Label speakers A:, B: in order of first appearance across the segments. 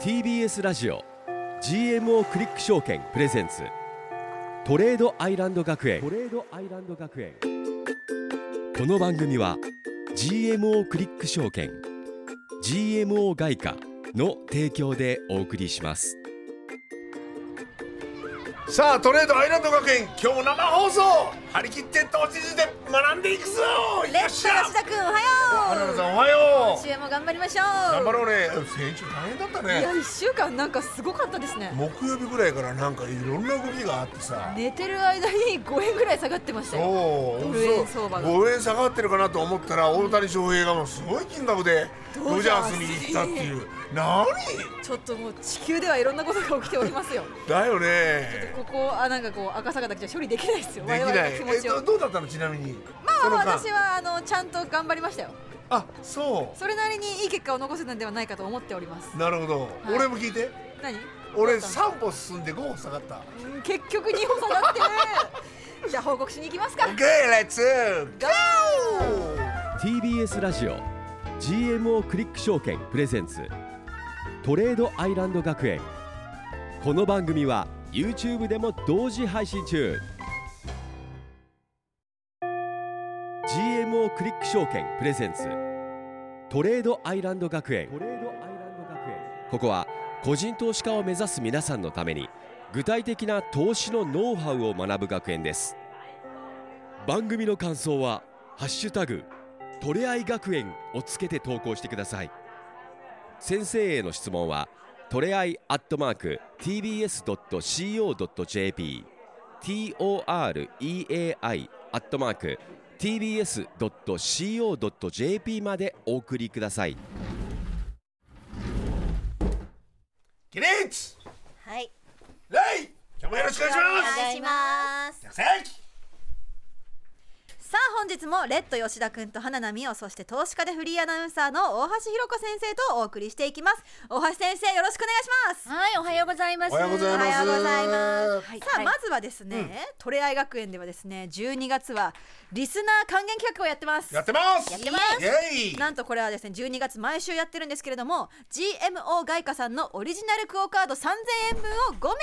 A: TBS ラジオ GMO クリック証券プレゼンツトレードアイランド学園トレードアイランド学園この番組は GMO クリック証券 GMO 外貨の提供でお送りします
B: さあトレードアイランド学園今日生放送張り切って投資で学んでいくぞ
C: レッツ
B: ゃ
C: ラシダ君お
B: 原
C: はよ
B: 田
C: う
B: さんおはよう
C: 今週も頑張りましょ
B: 頑張
C: う
B: ろうね先週大変だった
C: いや
B: ね
C: 一週間なんかすごかったですね
B: 木曜日ぐらいからなんかいろんな動きがあってさ
C: 寝てる間に5円ぐらい下がってましたよ
B: お
C: ド
B: お
C: ル円相場が
B: 5円下がってるかなと思ったら大谷翔平がもうすごい金額でド
C: ド
B: ジ
C: ジ
B: ャー
C: ャー
B: ス
C: ス
B: に
C: に
B: 行ったっていう何
C: ちょっともう地球ではいろんなことが起きておりますよ
B: だよ
C: ちょっと
B: ね
C: ここあなんかこう赤坂だけじゃ処理できないですよ
B: でき
C: 我
B: な
C: 々
B: い
C: の気
B: え
C: 持ち
B: ど
C: を
B: どうだったのちなみに
C: まあま
B: そ
C: あ
B: の
C: 私
B: 間
C: はあのちゃんと頑張りましたよ
B: あそ
C: それなりにいい結果を残せたんではないかと思っております
B: うなるほど、
C: い
B: 俺も聞いて
C: 何
B: 俺
C: どうだったの
B: 3歩進んで5歩下がった
C: うん結局2歩下 がってるじゃあ報告しに行きますか
B: OK let's
C: GO!
B: go
A: TBS ラジオ GMO クリック証券プレゼンツトレードアイランド学園この番組は YouTube でも同時配信中 GMO クリック証券プレゼンツトレードアイランド学園ここは個人投資家を目指す皆さんのために具体的な投資のノウハウを学ぶ学園です番組の感想は「ハッシュタグトレアイ学園をつけて投稿してください先生への質問はトレアイアットマーク tbs.co.jp toreai アットマーク tbs.co.jp までお送りください
B: 起立
D: はい。
B: レイ今日もよろしくお願いし
D: お
B: ま
D: 願いします。
B: す席
C: さあ本日もレッド吉田君と花奈美桜そして投資家でフリーアナウンサーの大橋ひろ子先生とお送りしていきます大橋先生よろしくお願いします
D: はい、おはようございます。
B: おはようございます
D: おはようございます
C: さあ、まずはですね、トレアイ学園ではですね12月はリスナー還元企画をやってます
B: やってます
D: やってます
B: イエイ
C: なんとこれはですね12月毎週やってるんですけれども GMO 外貨さんのオリジナルクオカード3000円分を5名様に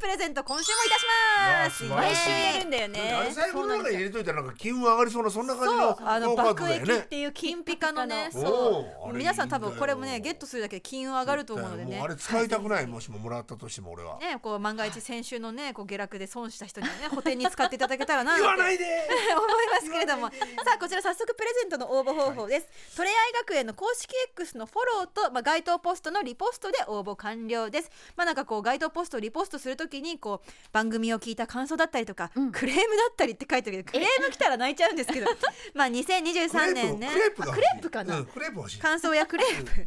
C: プレゼント今週もいたします
B: いや素晴ら
C: 毎
B: しい
C: 週やるんだよね
B: あれ最後の中に入れといたらなんか金運上がりそうなそんな感じ
C: そう
B: の
C: あの
B: ノーカード
C: 爆
B: だよ
C: 益っ
B: ね
C: ていう金ピカのね、
B: 金ピカ
C: そ
B: おーあ
C: う
B: れ
C: 皆さん多
B: いいん
C: 分
B: だよ
C: これもねゲットするだけで金運上がると思うのでね
B: もうあ。れ使いたくないもしももらったとしても俺は
C: ね、こう万が一先週のねこう下落で損した人にはね補填に使っていただけたら な
B: 言わないいで
C: 思いますけれどもさあこちら早速プレゼントの応募方法です、トレアイ学園の公式 X のフォローと、まあ、該当ポストのリポストで応募完了ですまあなんかこう該当ポストをリポストするときにこう番組を聞いた感想だったりとか、
D: うん
C: クレームだったりって書いてるけどクレーム来たら泣いちゃうんで すけどまあ2023年ね
B: クレープ
C: あ
B: が
C: ク
B: 欲
C: レ
B: しい
C: ープかな、
B: うんクレープ欲しい
C: 感想やクレープクレ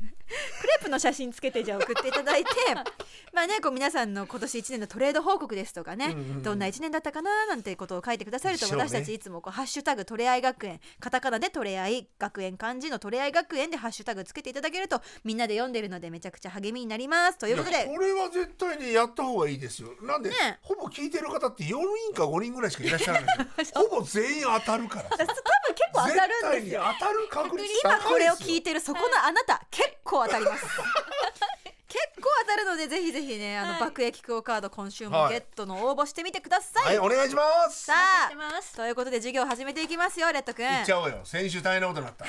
C: ープの写真つけてじゃあ送っていただいてまあねこう皆さんの今年1年のトレード報告ですとかね、
B: うんうんうん
C: どんな1年だったかななんてことを書いてくださると
B: 一緒ね
C: 私たちいつもこう「ハッシュタグトレアイ学園」カタカナでトレアイ学園漢字のトレアイ学園でハッシュタグつけていただけるとみんなで読んでるのでめちゃくちゃ励みになりますということ
B: いや
C: で
B: これは絶対にやった方がいいですよなんで
C: ね
B: ほぼ聞いてる方って4人か5人ぐらいしかいらっしゃらないです よほぼ全員当たるからさ
C: 結構当たる
B: 絶
C: んですよ
B: 対に当たる確率高い
C: 今これを聞い
B: て
C: てるそこのあなた結構当たります結構当たるのでぜひぜひねあの、爆益クオカード今週もゲットの応募してみてくださ
B: はいお願いします
C: さあ
D: お待ちしてます
C: ということで授業を始めていきますよレッド君
B: 行っ
C: 先
B: ち
C: 週ね
B: ゃおうよ先週大変なことになった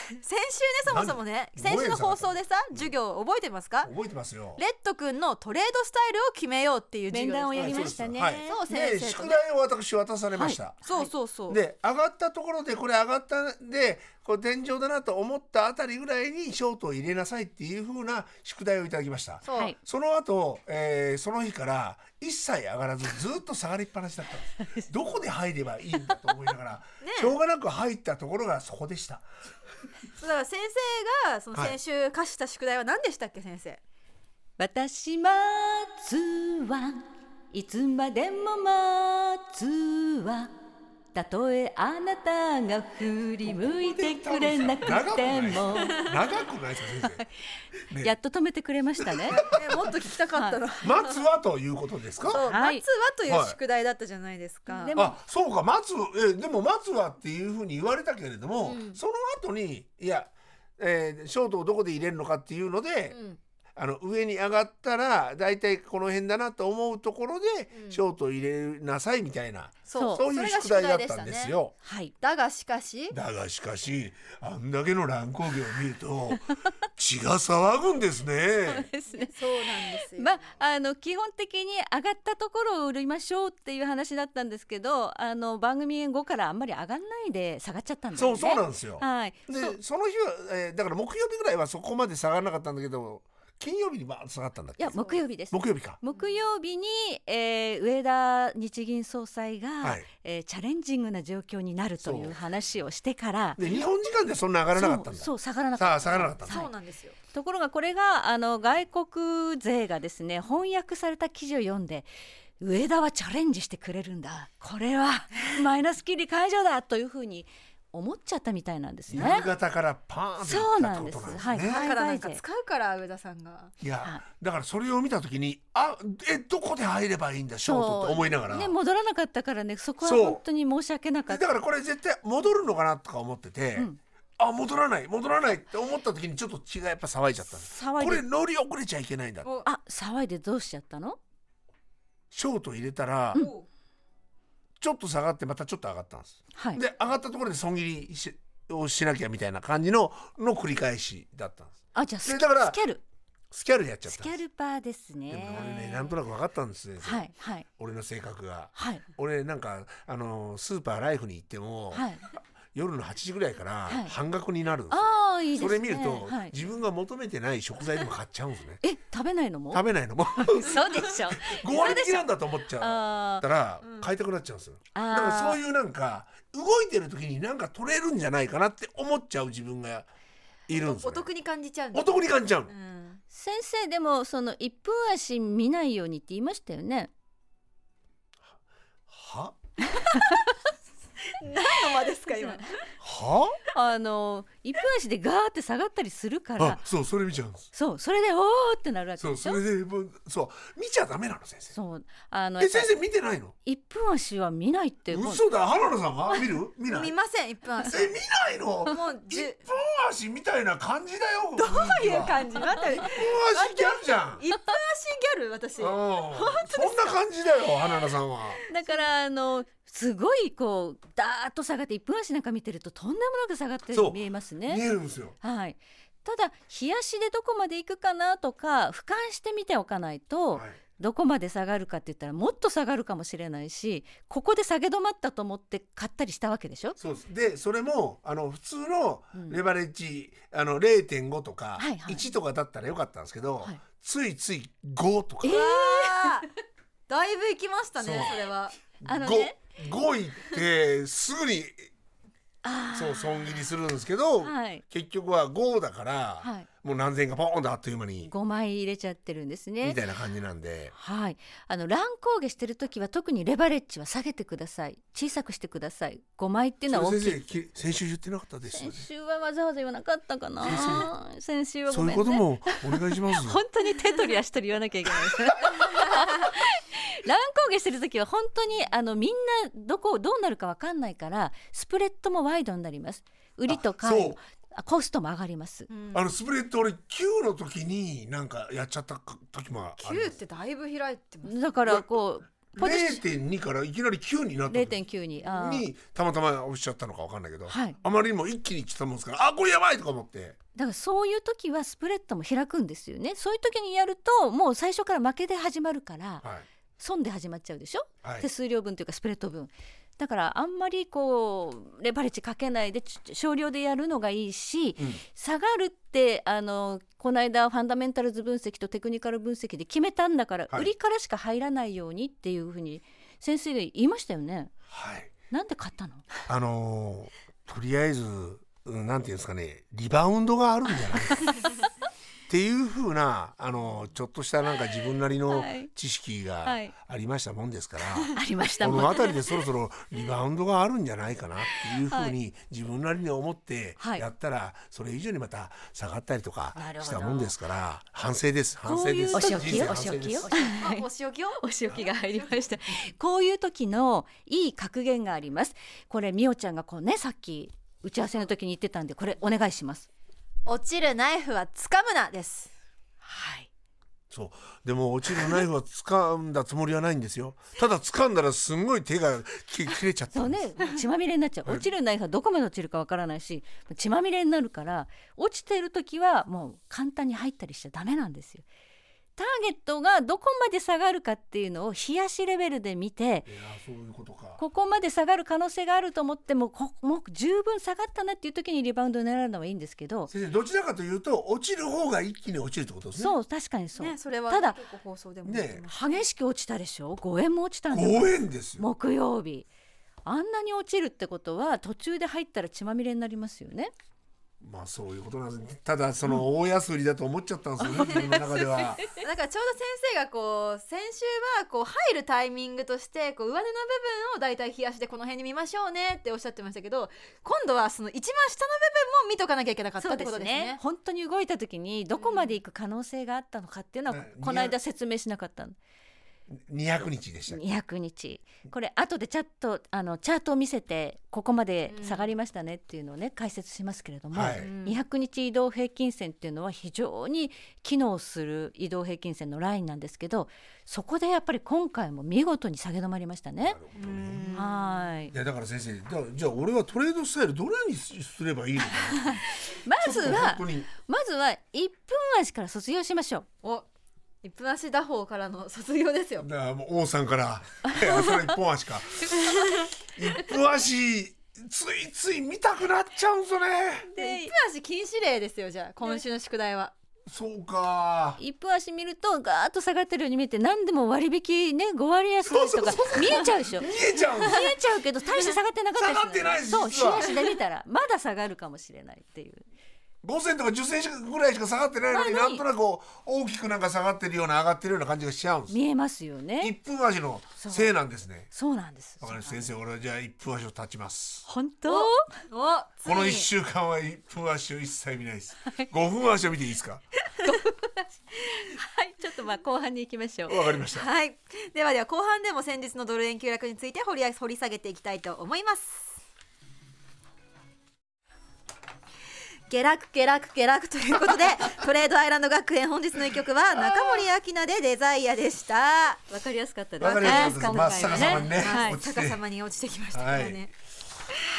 C: そもそもね
B: 何
C: 先週の放送でさ授業覚えてますか
B: 覚えてますよ
C: レッド君のトレードスタイルを決めようっていう授
D: 面
C: 業
D: 談を
C: で
D: やりましたね。はい
C: そう先生
B: で
C: とね
B: 宿題を私渡されました、
C: すそうそうそう
B: で上がったところでこれ上がったんでこれ天井だなと思ったあたりぐらいにショートを入れなさいっていう風な宿題をいただきました
C: そう、
D: はい
B: その後、えーその日から一切上がらずずっと下がりっぱなしだったん ですどこで入ればいいんだと思いながら、しょうがなく入ったところがそこでした
C: だから先生がその
B: はい
C: 先週課した宿題は何でしたっけ先生、
D: 私待つわ。いつまでも待つわ。たとえあなたが振り向いてくれなくても。
B: 長くないですか先ね
D: やっと止めてくれました ね。
C: えもっと聞きたかったの、
B: 生待つはということです か
C: そう、
D: はい
C: 夏はという宿題だったじゃないですか、
D: はいでも
B: あそうか松えでも松はっていうふうに言われたけれども、その後にいや、えーショートをどこで入れるのかっていうので、
C: うん
B: あの上に上がったら大体この辺だなと思うところでショートを入れなさいみたいな、
E: そう
B: そういう宿題だったんです
E: ね
B: よ。
D: はい
E: だがしかし
B: だがしかしあんだけの乱高下を見ると 血が騒ぐんですね。
D: ですね
E: そうなんですよ、
D: まあ、あの基本的に上がったところを売りましょうっていう話だったんですけどあの番組後からあんまり上がらないで下がっちゃったんです
B: そう
D: ね。
B: そうなんですよ。
D: はい、
B: で
D: そうい
B: その日は、えーだから木曜日ぐらいはそこまで下がらなかったんだけど金曜日にバーッと下がったんだっけ
D: や木曜日です
B: 木曜日か。
D: 木曜日に、えー上田日銀総裁が、
B: はい
D: えーチャレンジングな状況になるとい
B: そう
D: う話をしてから
B: で日本時間でそんな上がらなかったんだ。
D: そうそう下がらなか
B: さ
D: っ
B: あ下がらなかったんだ。
E: そうなんですよ
D: たところがこれがあの外国勢がですね翻訳された記事を読んで上田はチャレンジしてくれるんだこれ はマイナス金利解除だというふうに思っちゃったみたいなんですね。
B: 夕方からパーンと行ったってことなんです
D: そうなんです
B: ね。
D: は
E: だ
D: い
E: からなんか使うから上田さんが
B: いや
D: は
B: だからそれを見た時にあえどこで入ればいいんだショートって思いながら、
D: ね、戻らなかったからねそこは
B: そう
D: 本当に申し訳なか
B: だ
D: った。
B: からこれ絶対戻るのかなとか思ってて、
D: うん
B: あ戻らない戻らないって思った時にちょっと血がやっぱ騒いじゃったんです
D: 騒
B: こ
D: い
B: れ
D: で
B: 乗り遅れちゃいけないんだ
E: お
D: あ騒いでどうしちゃったの
B: ショート入れたら
E: お
B: ちょっと下がってまたちょっと上がったんです
D: はい
B: で上がったところで損切りしをしなきゃみたいな感じのの繰り返しだったんで
D: あじゃあス
B: で
D: キ
B: だから
D: スキャル
B: すスキャルやっちゃっ
D: ス
B: たん
D: キ
B: で
D: ャ
B: す
D: ルパーですね
B: でもね俺ねなんとなく分かったんですね、
D: はいはい
B: 俺の性格が
D: はい
B: 俺なんかあのスーパーライフに行っても、
D: はい
B: 夜の8時ぐらいから
D: はい
B: 半額になるんですよ、
D: ああいいです
B: そ
D: ね
B: れ見ると、
D: はい、
B: 自分が求めてない食材でも買っちゃうんですね
D: え食べないのも
B: 食べないのも
D: そうで しょ
B: 5割引きなんだと思っちゃっ
D: あー
B: たら買いたくなっちゃうんですよ
D: あ
B: だからそう
D: う
B: いうなんか動いてる時になんか取れるんじゃないかなって思っちゃう自分がいるんです
E: お
B: よ、ね、
E: 得に感じちゃうんだ
B: お得に感じちゃうの
E: うん
D: 先生でもその一分足見ないようにって言いましたよね
B: は
E: 何の間ですか今
B: は
D: あの一分足でガーって下がったりするから
B: あそうそれ見ちゃうんです
D: そうそれでおーってなるわけ
B: そ
D: で
B: う
D: し
B: そ
D: ょ
B: れでもうそう見ちゃダメなの先生
D: そうあの
B: え先生見てないの
D: 一分足は見ないってもう
B: 嘘だ原田さんは見る見ない
E: 見ません一分足
B: え見ないの
E: もう
B: 一
E: じゅ
B: 分足みたいな感じだよどう
E: どういう感じまた一分
B: 一本足ギャルじゃん
E: 足ギャル私
B: うん、そんな感じだよ花田さんは
D: だからあのすごいこうダーッと下がって一分足なんか見てるととんでもなく下がって
B: そう
D: 見えます
B: 見
D: ね。
B: えるんですよ
D: はい、ただ日足でどこまで行くかなとか俯瞰して見ておかないと、
B: はい
D: どこまで下がるかって言ったらもっと下がるかもしれないしここで下げ止まったと思って買ったりしたわけでしょ
B: そうですでそれもあの普通の
D: うん
B: レバレッジ、あの0.5とか
D: はいはい
B: 1とかだったらよかったんですけど、
D: はい
B: ついつい5とか、
D: え
E: あーだいぶ行きましたね
B: そう
E: それは
D: あのね
B: 5 5いってすぐに
D: あー
B: そう損切りするんですけど、
D: はい、
B: 結局は5だから、
D: はい、
B: もう何千円かポーンとあっという間に
D: 5枚入れちゃってるんです
B: み
D: ね。
B: たいな感じなんで
D: はい、あの乱高下してる時は特にレバレッジは下げてください小さくしてください5枚っていうのは
B: それ
D: 大きい
B: 先生き先週言ってなかったですよ
D: 先
B: ね
D: 週はわざわざ言わなかったかな先週は
B: そ
D: ご
B: うい
D: め
B: うん
D: ね
B: こともお願いしますよ
D: 本当に手取り足取り言わなきゃいけないですね乱高下してる時は本当にあのみんなどこどうなるかわかんないからスプレッドもワイドになります売りと
B: あそ
D: 買いうあコストも上がります
E: うん
B: あのスプレッド俺9の時になんかやっちゃったか時もあり
E: 九ってだいぶ開いてます
D: だからこうポジショ
B: 0.2からいきなり9になっ
D: ン
B: た時
D: 0.9にあー
B: にたまたまおっしゃったのかわかんないけど、
D: はい
B: あまりにも一気に来たもんですからあこれやばいとか思って
D: だからそういう時はスプレッドも開くんですよねそういう時にやるともう最初から負けで始まるから
B: はい
D: 損で始まっちゃうでしょ
B: はい
D: 手数料分というかスプレッド分だからあんまりこうレバレッジかけないでちょ少量でやるのがいいし、
B: うん
D: 下がるってあのこの間ファンダメンタルズ分析とテクニカル分析で決めたんだから、
B: はい
D: 売りからしか入らないようにっていうふうに先生が言いましたよね。
B: はい
D: なんで買ったの
B: あのーとりあえずうんなんていうんですかねリバウンドがあるん じゃないかっていうふうなあのーちょっとしたなんか自分なりの
D: はい
B: 知識が
D: はい
B: ありましたもんですから、
D: ありました
B: こ
D: も
B: の
D: ん。
B: 辺りでそろそろリバウンドがあるんじゃないかなっていうふうに自分なりに思って
D: はい
B: やったらそれ以上にまた下がったりとか
D: なるほど
B: したもんですから反省です反省です
D: お仕置
B: 人生
D: きよお
B: 反
D: 仕
B: 省
D: 置
B: で
D: きよ
B: す。
E: あお仕置きを
D: お仕置きが入りました。こういう時のいい格言があります。これみおちゃんがこうねさっき打ち合わせの時に言ってたんでこれお願いします。
E: 落ちるナイフは掴むなです
D: はい。
B: そうでも落ちるナイフは掴んだつもりはないんですよただ掴んだらすんごい手がき切れちゃった
D: そうんね
B: です、
D: 血まみれになっちゃう落ちるナイフはどこまで落ちるかわからないし血まみれになるから落ちてる時はもう簡単に入ったりしちゃダメなんですよ。ターゲットがどこまで下がるかっていうのを冷やしレベルで見て
B: いやそういうことか
D: ここまで下がる可能性があると思ってもこもう十分下がったなっていう時にリバウンドを狙うのはいいんですけど、
B: 先生どちらかというと落ちる方が一気に落ちるってことですね
D: そう確かにそう、
E: ねそれは
D: ただ
E: 結構放送でも言ってました
D: 激しく落ちたでしょ5円も落ちたんだよ
B: ご縁ですよ
D: 木曜日あんなに落ちるってことは途中で入ったら血まみれになりますよね
B: まあそういうことなんですただその大安売りだと思っちゃったんですよね、 自分の中では
E: だからちょうど先生がこう先週はこう入るタイミングとしてこう上手の部分をだいたい冷やしでこの辺に見ましょうねっておっしゃってましたけど今度はその一番下の部分も見とかなきゃいけなかったってことですね。
D: 本当に動いた時にどこまで行く可能性があったのかっていうのは、
B: うん
D: この間説明しなかったの
B: 200日でした
D: 200日これ後でチャットあのチャートを見せてここまで下がりましたねっていうのをね解説しますけれども、
B: は
E: う
B: い
E: ん
D: 200日移動平均線っていうのは非常に機能する移動平均線のラインなんですけどそこでやっぱり今回も見事に下げ止まりましたね。
E: うん
D: はい
B: いやだから先生だからじゃあ俺はトレードスタイルどれにすすればいいのか
D: ま
B: な
D: ず
B: ちょっと
D: は
B: 本当に
D: まずは1分足から卒業しましょう。
E: お一分足打法からの卒業ですよ。
B: だからもう王さんから 「いやそれ一本足か」一本足ついつい見たくなっちゃうんすよね
E: で一分足禁止令ですよじゃあ今週の宿題は。
B: そうか
D: 一分足見るとガーッと下がってるように見えて何でも割引ね5割安ですとか見えちゃうでしょ
B: 見
D: 見
B: えちゃうんです
D: えちゃうけど大して下がってなかったりる
B: 下がってないです
D: そう
B: 実は
D: 冷やしで見たらまだ下がるかもしれないっていう
B: 5銭とか10銭ぐらいしか下がってないのに
D: まあ
B: な
D: ない
B: んとなくこう大きくなんか下がってるような上がってるような感じがしちゃうんです
D: 見えますよね
B: 一分足のせいなんですね
D: そうなんです
B: わかりました先生俺はじゃあ一分足を立ちます
D: 本当
E: おつい
B: こ
E: に
B: の1週間は一分足を一切見ないです5分足を見ていいですか
D: はいちょっとまあ後半に行きましょう
B: わかりました
E: はいではでは後半でも先日のドル円急落について掘り掘り下げていきたいと思います。下落下落下落とい うことでトレードアイランド学園本日の一曲は中森明菜でデザイアでした。
D: わかりやすかった
B: わかりやすかったです
D: 今
B: 真っ逆さま
D: 回は
B: にね
E: はい、
B: 落ち
E: 逆
B: て
E: さまに落ちてきましたからね。
B: はい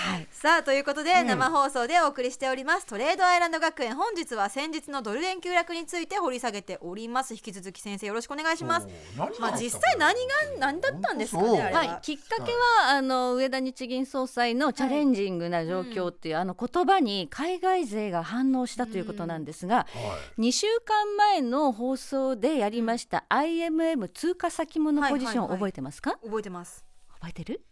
D: はい
E: さあということで、生放送でお送りしておりますトレードアイランド学園本日は先日のドル円急落について掘り下げております引き続き先生よろしくお願いします
B: おー何があったの
E: まあ実際何が何だったんですか
B: 本当
E: ね
B: そう
E: あれは、
D: はい、きっかけはあの上田日銀総裁のチャレンジングな状況っていう、あの言葉に海外勢が反応したということなんですが、
B: は
D: 2週間前の放送でやりました IMM 通貨先物ポジ
E: は
D: ション
E: いはいはい
D: 覚えてますか、
E: 覚えてます
D: 覚えてる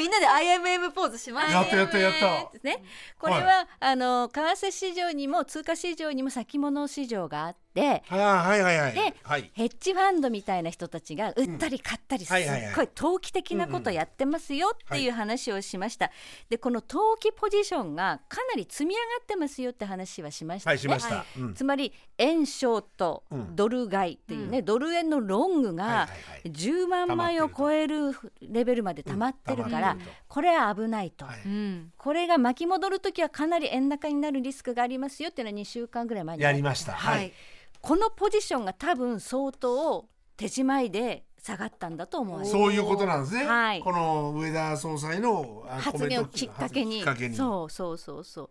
E: みんなで IMM ポーズしま
B: い、
E: す
B: やったやったやった
D: ですねこれは、あの為替市場にも通貨市場にも先物市場があって
B: あーはいはいはい
D: で
B: はい
D: ヘッジファンドみたいな人たちが売ったり買ったりすっ
B: はいはいはい
D: ごい投機的なことやってますよっていう話をしましたでこの投機ポジションがかなり積み上がってますよって話はしました
B: は
D: ね
B: いしました、
E: は
B: うん
D: つまり円ショート
B: うん
D: ドル買いっていうね、ドル円のロング
B: はいは
D: が
B: い
D: 10万枚を超えるレベルまで溜まってるから、
B: うん溜まってる
D: これは危ないと、
B: はい
E: うん
D: これが巻き戻る時はかなり円高になるリスクがありますよっていうのは2週間ぐらい前に
B: やりました
E: はい、
B: はい
D: このポジションが多分相当手仕舞いで下がったんだと思われます
B: そういうことなんですね、
D: はい
B: この上田総裁のあ
D: 発言をきっかけに
B: コメントきっかけに
D: そうそうそうそう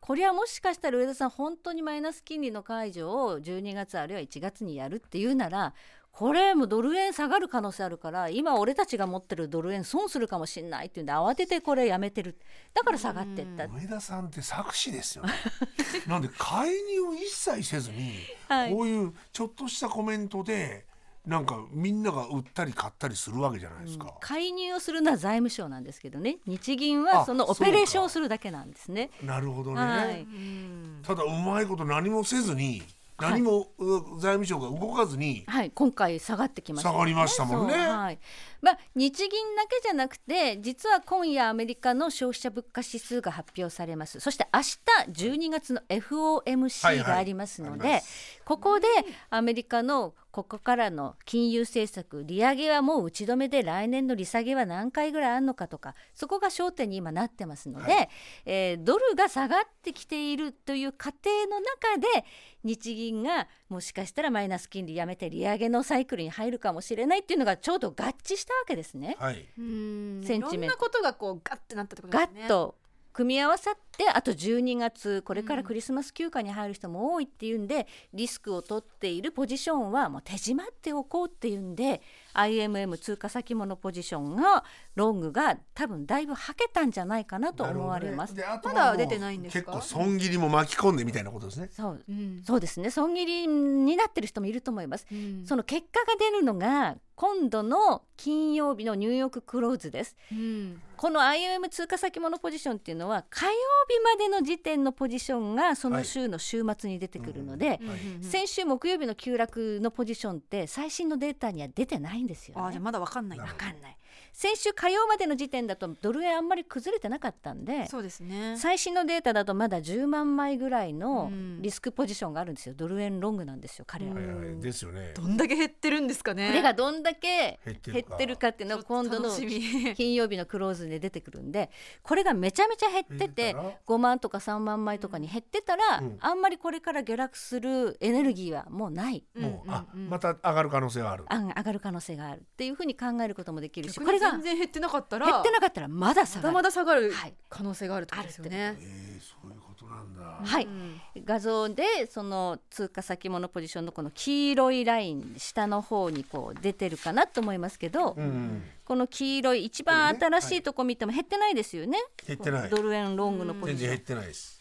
D: これはもしかしたら上田さん本当にマイナス金利の解除を12月あるいは1月にやるっていうならこれもうドル円下がる可能性あるから今俺たちが持ってるドル円損するかもしれないっていうんで慌ててこれやめてるだから下がってった、
B: 上田さんって作詞ですよね なんで介入を一切せずに、
D: はい
B: こういうちょっとしたコメントでなんかみんなが売ったり買ったりするわけじゃないですか、
D: 介入をするのは財務省なんですけどね日銀
B: あ
D: はそのオペレーシ
B: そう
D: ョンを
B: か
D: するだけなんですね。
B: なるほどね、
D: はい
E: うん
B: ただうまいこと何もせずに何もう財務省が動かずに、
D: はい、今回下がってきました、
B: 下がりましたもんね
D: そうはい。まあ日銀だけじゃなくて、実は今夜アメリカの消費者物価指数が発表されます。そして明日12月の
B: はい
D: FOMC
B: はい
D: がありますので、
B: あります
D: ここでアメリカのここからの金融政策利上げはもう打ち止めで来年の利下げは何回ぐらいあるのかとかそこが焦点に今なってますので、
B: は
D: えードルが下がってきているという過程の中で日銀がもしかしたらマイナス金利やめて利上げのサイクルに入るかもしれないっていうのがちょうど合致したわけですね。
B: はい。
E: うん
D: セ
E: い
D: ン
E: ろ
D: チ
E: ん
D: メン
E: な
D: ト
E: ことがこうガッてなったってことで
D: ガ
E: すね
D: ッと組み合わさってあと12月これからクリスマス休暇に入る人も多いっていうんで、リスクを取っているポジションはもう手締まっておこうっていうんで IMM 通貨先物ポジションがロングが多分だいぶはけたんじゃないかなと思われます。
B: なるほどねであとは
E: まだ
B: もう
E: 出てないんですか
B: 結構損切りも巻き込んでみたいなことですね。
D: そう
E: うん
D: そうですね損切りになってる人もいると思います。
E: うん
D: その結果が出るのが今度の金曜日のニューヨーククローズです。
E: うん
D: この IMM 通貨先物ポジションっていうのは火曜日までの時点のポジションがその週の週末に出てくるので、
E: うんうんうん
D: 先週木曜日の急落のポジションって最新のデータには出てないんですよ、
E: あーじ
D: ね
E: ゃあ。まだわかんない
B: な
E: な
B: る
D: わかんない先週火曜までの時点だとドル円あんまり崩れてなかったんで
E: そうですね
D: 最新のデータだとまだ10万枚ぐらいの
E: うん
D: リスクポジションがあるんですよドル円ロングなんですよ彼ら。
E: う
D: こ
B: は
E: ん
B: いはい。ですよね
E: ど。んだけ減ってるんですかね
D: れがどんだけ
B: 減ってる
D: 減
B: か
D: ってるかっていうのが今度の
E: ちょっと楽しみ
D: 金曜日のクローズで出てくるんでこれがめちゃめちゃ減って
B: 減って
D: て
B: たら
D: 5万とか3万枚とかに減ってたら、
B: うん
D: あんまりこれから下落するエネルギーはもうない、
E: ん
B: もう、あ、
E: んん
B: また上がる可能性はある。
D: あん上がる可能性があるっていうふうに考えることもできるし
E: 逆
D: こ
E: に
D: れが
E: 全
D: 減
E: 然減ってなかったら
D: ってなかったらまだ下
E: まだま
D: がる
E: だ下がる
D: はい
E: 可能性があるってことですよね
B: ええそういうことなんだ。
D: はい
E: うん
D: 画像でその通貨先物ポジションのこの黄色いライン下の方にこう出てるかなと思いますけど、
B: うん。
D: この黄色い一番
B: これね
D: 新しいとこ見ても減ってないですよね、
B: 減ってない。
D: ドル円ロングのポ
B: 全
D: ジシ
B: 然減
D: ョ
B: っ
D: ン
B: てないです。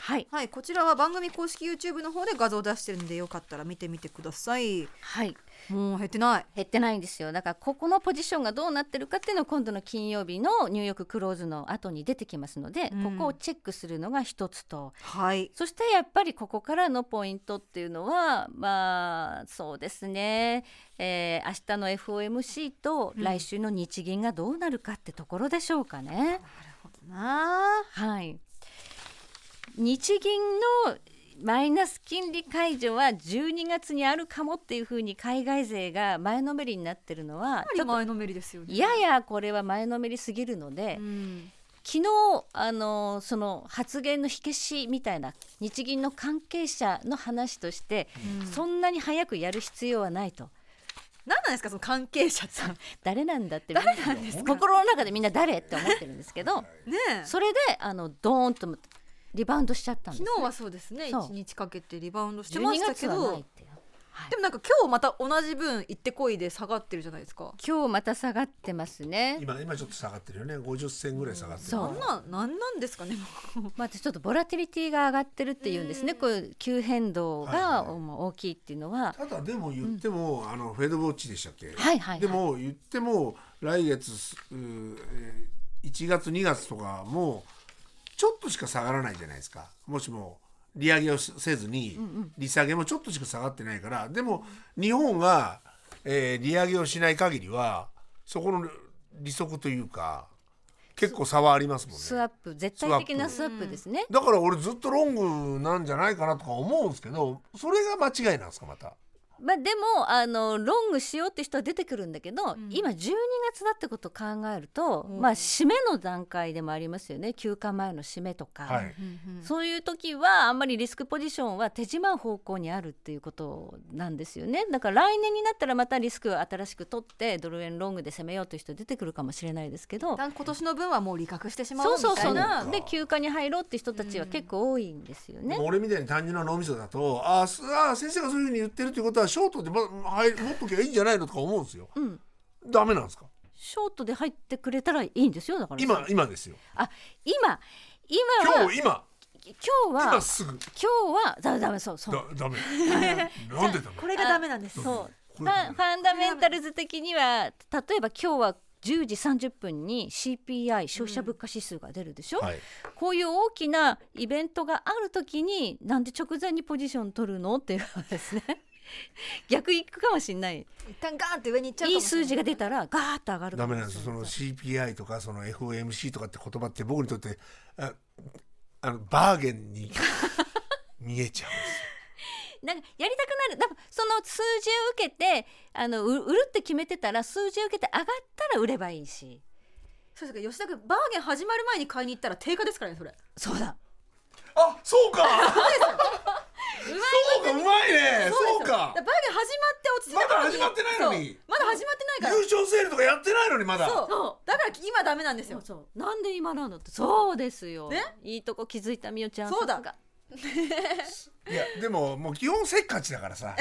D: はい
E: はい、こちらは番組公式 YouTube の方で画像を出してるんでよかったら見てみてください
D: はい
E: もう減ってない
D: 減ってないんですよだからここのポジションがどうなってるかっていうのは今度の金曜日のニューヨーククローズの後に出てきますので、
E: うん
D: ここをチェックするのが一つと
E: はい
D: そしてやっぱりここからのポイントっていうのはまあそうですね、えー明日の FOMC と来週の日銀がどうなるかってところでしょうかね。
E: なるほどな
D: はい日銀のマイナス金利解除は12月にあるかもっていうふうに海外勢が前のめりになってるのは
E: かな
D: ちょ
E: り
D: っと
E: 前のめりですよね
D: ややこれは前のめりすぎるので、
E: うん
D: 昨日あのその発言の火消しみたいな日銀の関係者の話として、そんなに早くやる必要はないと
E: 何なんですかその関係者 さん
D: 誰なんだって誰なんですか心の中でみんな誰って思ってるんですけど
E: ねえ
D: それであのドーンとリバウンドしちゃったんです、
E: 昨日はそうですね
D: そう
E: 一日かけてリバウンドしてま
D: 12
E: した
D: 月
E: け
D: はない
E: ど
D: ってよはい
E: でもなんか今日また同じ分行ってこいで下がってるじゃないですか
D: 今日また下がってますね。
B: 今、今ちょっと下がってるよね。50銭ぐらい下がってる。
D: そう
E: なんなんなんなんですかねもう
D: まあ、ちょっとボラティリティが上がってるっていうんですね。こういう急変動がもう大きいっていうのは。
B: ただでも言っても、あのフェードウォッチでしたっけ、
D: はいはいはい
B: でも言っても来月すうーえー1月2月とかもうちょっとしか下がらないじゃないですかもしも利上げをしせずに、利下げもちょっとしか下がってないからでも日本が、えー利上げをしない限りはそこの利息というか結構差はありますも
D: ス
B: ん
D: ワ
B: ね
D: ッ。プ絶対的なス
B: ス
D: ワップですね。
B: だから俺ずっとロングなんじゃないかなとか思うんですけどそれが間違いなんですかまた。
D: まあでもあのロングしようって人は出てくるんだけど、今12月だってことを考えると、まあ締めの段階でもありますよね休暇前の締めとか、
B: はい
D: そういう時はあんまりリスクポジションは手締まう方向にあるっていうことなんですよねだから来年になったらまたリスクを新しく取ってドル円ロングで攻めようという人出てくるかもしれないですけど
E: 一旦今年の分はもう利確してしま
D: そうう
E: み
D: そう
E: た
D: そ
E: いうな
D: で休暇に入ろうって人たちは結構多いんですよね。
B: 俺みたいに単純な脳みそだとあーすあー先生がそういうふうに言ってるということはショートで、ま、入持っときゃいいんじゃないのとか思うんですよ。
D: うん
B: ダメなんですか
D: ショートで入ってくれたらいいんですよだから
B: 今今ですよ。
D: あ今今は
B: 今日今
D: 今日
B: 今
D: は
B: すぐ
D: 今日はだめだめそうそう
B: だダメ。なんでダメ
E: これがダメなんです
D: そう
B: こ
D: フ
B: れ
D: ァンファンダメンタルズ的には例えば今日は10時30分に CPI 消費者物価指数が出るでしょ、
B: はい
D: こういう大きなイベントがあるときになんで直前にポジション取るのっていうのはですね 逆行くかもしれない
E: 一旦ガーンって上に行っちゃうか
D: い
E: も
D: い
E: しれ
D: 数
E: ない
D: 字が出たらガーッと上がる
B: ダ
D: か
B: メ
D: も
B: なんですその CPI とかその FOMC とかって言葉って僕にとってああのバーゲンに見えちゃうんですよ。
D: なんかやりたくなるなんかその数字を受けてあのう売るって決めてたら数字を受けて上がったら売ればいいし
E: そうですか吉田君バーゲン始まる前に買いに行ったら定価ですからねそれ
D: そうだ
B: あそうかそうかうまいね
E: です
B: そ
E: よ
B: うか
E: だらバーゲン始まって落ち着いた頃に
B: まだ始まってないのに
E: そうまだ始まってないから
B: 優勝セールとかやってないのにまだ
E: そう
D: そ
E: だから今ダメなんです
D: そ
E: よ
D: うそうなんで今なんだってそうですよ、
E: ね
D: いいとこ気づいたみよちゃん
E: そうだ
D: さすが
B: いやでももう基本せっかちだからさ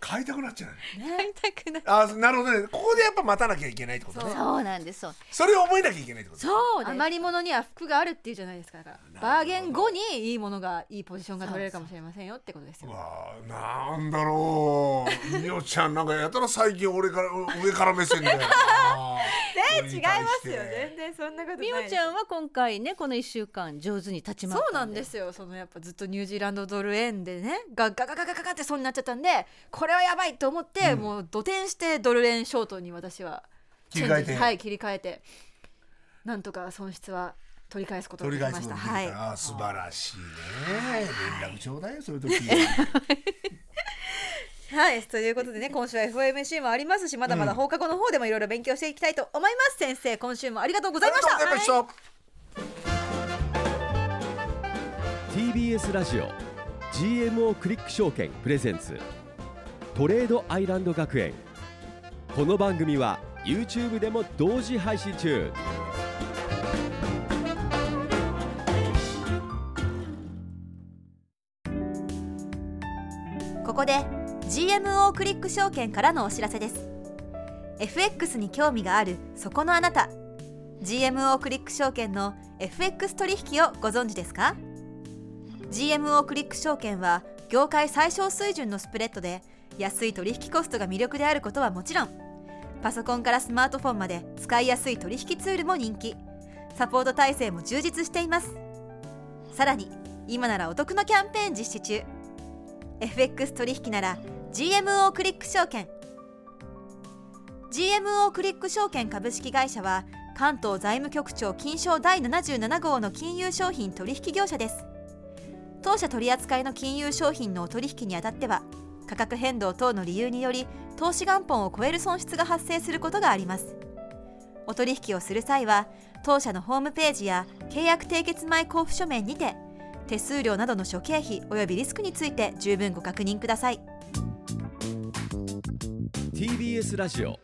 B: 買いたくなっちゃうね
D: 会いたくない
B: あなるほどねここでやっぱ待たなきゃいけないってことね
D: そうなんですそう
B: それを覚えなきゃいけないってこと
D: そうです
E: 余り物には服があるっていうじゃないですかだからバーゲン後にいいものがいいポジションが取れるかもしれませんよってことです
B: う
E: よ
B: わあなんだろうみおちゃんなんかやたら最近俺から上から目線だよな
E: 全然違います
B: 俺に対し
E: よ
B: て
E: 全然そんなことない
D: みよちゃんは今回ねこの1週間上手に立ち回
E: そ
D: っ
E: うな
D: た
E: んですよそのやっぱずっとニュージーランドドル円でねがガガガガガガってそうになっちゃったんでこれはやばいと思って、もう土転してドル円ショートに私は
B: 切り替えて
E: チェンジはい切り替えてなんとか損失は取り返すことが
B: 取
E: で
B: り
E: き
B: 返す
E: ま
B: こ
E: し
B: と
E: た
B: ができ
E: はい
B: たら、あー素晴らしいね連絡ちょうだいよそういう時
E: はいということでね今週は FOMC もありますしまだまだ放課後の方でもいろいろ勉強していきたいと思います、先生今週もありがとうございました
B: ありがとうございました
A: TBS ラジオ GMO クリック証券プレゼンツトレードアイランド学園この番組は YouTube でも同時配信中
E: ここで GMO クリック証券からのお知らせです FX に興味があるそこのあなた GMO クリック証券の FX 取引をご存知ですか GMO クリック証券は業界最小水準のスプレッドで安い取引コストが魅力であることはもちろんパソコンからスマートフォンまで使いやすい取引ツールも人気サポート体制も充実していますさらに今ならお得なキャンペーン実施中 FX 取引なら GMO クリック証券 GMO クリック証券株式会社は関東財務局長金賞第77号の金融商品取引業者です当社取扱いの金融商品のお取引にあたっては価格変動等の理由により投資元本を超える損失が発生することがありますお取引をする際は当社のホームページや契約締結前交付書面にて手数料などの諸経費およびリスクについて十分ご確認ください
A: TBS ラジオ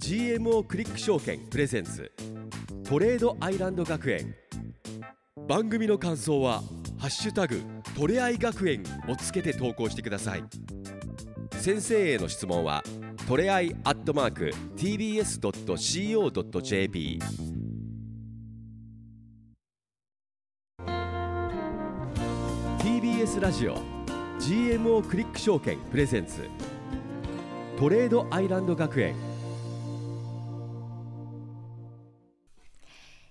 A: GMO クリック証券プレゼンツトレードアイランド学園番組の感想は「ハッシュタグトレアイ学園」をつけて投稿してください先生への質問はトレアイアットマーク TBS.CO.JP TBS ラジオ GMO クリック証券プレゼンツトレードアイランド学園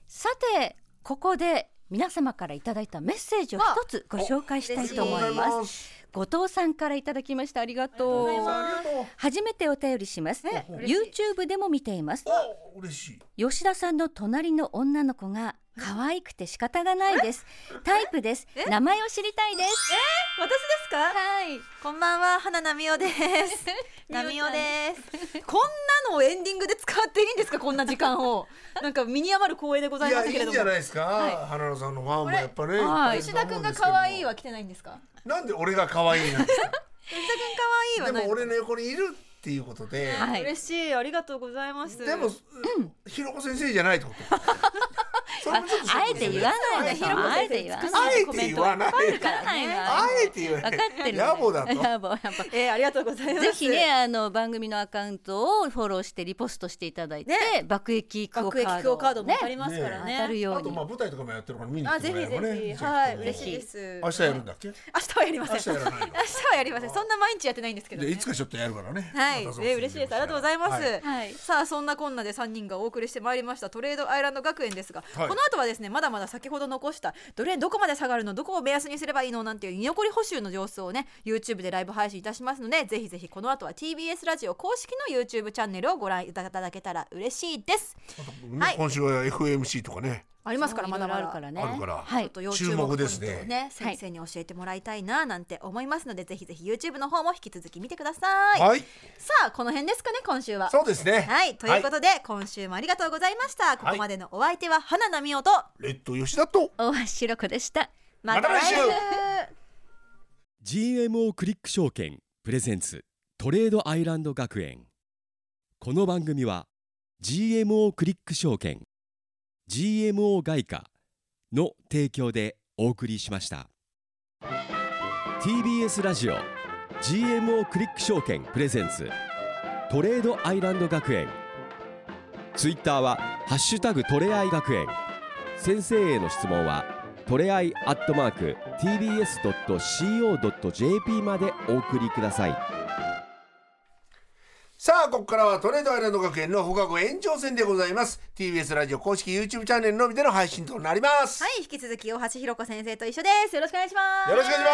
D: さてここで皆様からいただいたメッセージを一つご紹介したいと思います
B: す
D: 後藤さんからいただきましたありがとう
B: ありがとう
D: 初めてお便りします、
E: 嬉
D: YouTube でも見ています
B: お嬉しい
D: 吉田さんの隣の女の子が可愛くて仕方がないですタイプです名前を知りたいです
E: 私ですか
D: はい
E: こんばんは花奈美おです奈美おですこんなのをエンディングで使っていいん ですかこんな時間をなんか身に余る光栄でござ
B: い
E: いま
B: や
E: す
B: い
E: けれ
B: いん
E: ど
B: じゃ
E: も
B: ないですか、花野さんのファンもやっぱねいっぱ
D: はいい
B: いる
E: 吉
B: と思
E: 田
B: うんで
E: く
B: す
E: ん
B: けど
E: が可愛いは来てないんですか
B: なんで俺が可愛い なんですか
E: 吉田くん
B: で
E: 可愛いはない
B: も俺の横にいるっていうことで、
D: はい
E: 嬉しいありがとうございます
B: でも、ひろこ先生じゃないって ことそれもちょっとショ
D: あ
B: ッ
D: え
B: ク
D: て
B: です
D: 言
B: ね
D: わないでしょあえて言わない
B: あえて言わない
D: はい
B: あえて言わな
D: わ
B: い
D: かってる
B: 野暮だと
D: 野暮やっぱ
E: えー、ありがとうございます
D: ぜひねあの番組のアカウントをフォローしてリポストしていただいて、爆撃クオカ
E: 学
D: ード
E: 液クオカードも
D: ね
E: 当たりますからね
D: 当たるよ
B: あ
D: う
B: と
D: に
B: まあ舞台とかもやってるから見に行
E: あ
B: って
E: ぜ
B: もら
E: ひ
B: えればね
E: ぜ
B: ち
E: ひ
B: ょっと
E: はい
B: ね
E: 嬉しいです
B: 明日やるんだっけ
E: 明日はやりません
B: 明日やらないの
E: 明日はやりませんそんな毎日やってないんですけど、
B: で
E: ね、
B: いつかちょっとやるからね
E: はい、
B: またその
E: え嬉しいです。ありがとうございます。
B: は
D: はい
E: さあそんなこんなで三人がお送りしてまいりましたトレードアイランド学園ですが、
B: はい
E: この後はですねまだまだ先ほど残したドル円どこまで下がるのどこを目安にすればいいのなんていう居残り補修の様子をね YouTube でライブ配信いたしますのでぜひぜひこの後は TBS ラジオ公式の YouTube チャンネルをご覧いただけたら嬉しいです。
B: ね今週は FMC とかね
E: ありますからまだま
D: いろいろ
E: だ
D: あるからね
B: あるから
D: は
E: ちょ
D: い
E: っと要
B: 注目ですね
E: ポイントをね
D: はい
E: 先生に教えてもらいたいななんて思いますので、ぜひぜひ YouTube の方も引き続き見てください、
B: はい
E: さあこの辺ですかね今週は
B: そうですね
E: はいということで、今週もありがとうございましたここまでのお相手は花奈美音と
B: レッド吉田と
D: 大橋ロコでした
B: また来週
A: GMO クリック証券プレゼンツトレードアイランド学園この番組は GMO クリック証券 GMO 外貨の提供でお送りしました TBS ラジオ GMO クリック証券プレゼンツトレードアイランド学園ツイッターは「ハッシュタグトレアイ学園」先生への質問はトレアイアットマーク TBS.CO.JP までお送りください
B: さあここからはトレードアイランド学園の放課後延長戦でございます TBS ラジオ公式 YouTube チャンネルのみでの配信となります、
E: はい引き続き大橋ひろ子先生と一緒ですよろしくお願いします
B: よろしくお願いし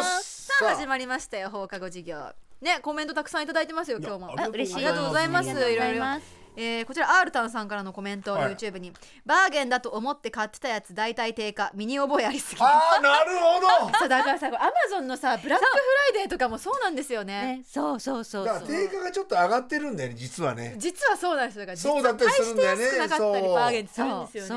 B: ます
E: さあ
B: さあ
E: 始まりましたよ放課後授業ねコメントたくさんいただいてますよ今日も
B: いやあ
D: 嬉しい
E: ありがとうございます
D: ありがとうござい
E: いろ
D: ま
E: いろ
D: す
E: えーこちらアールタンさんからのコメント、
B: はい
E: YouTube にバーゲンだと思って買ってたやつ大体定価身に覚えありすぎ
B: ああなるほど
E: そうだからさアマゾンのさブラックフライデーとかもそうなんですよね
D: ねそうそうそう
B: だ
D: そ
B: から
D: う
B: 定価がちょっと上がってるんだよね実はね
E: 実はそうなんですよだから
B: そうだったりするんだよね
E: 実は大して安くなかったり
B: そう
E: バーゲンってするんですよね
D: そ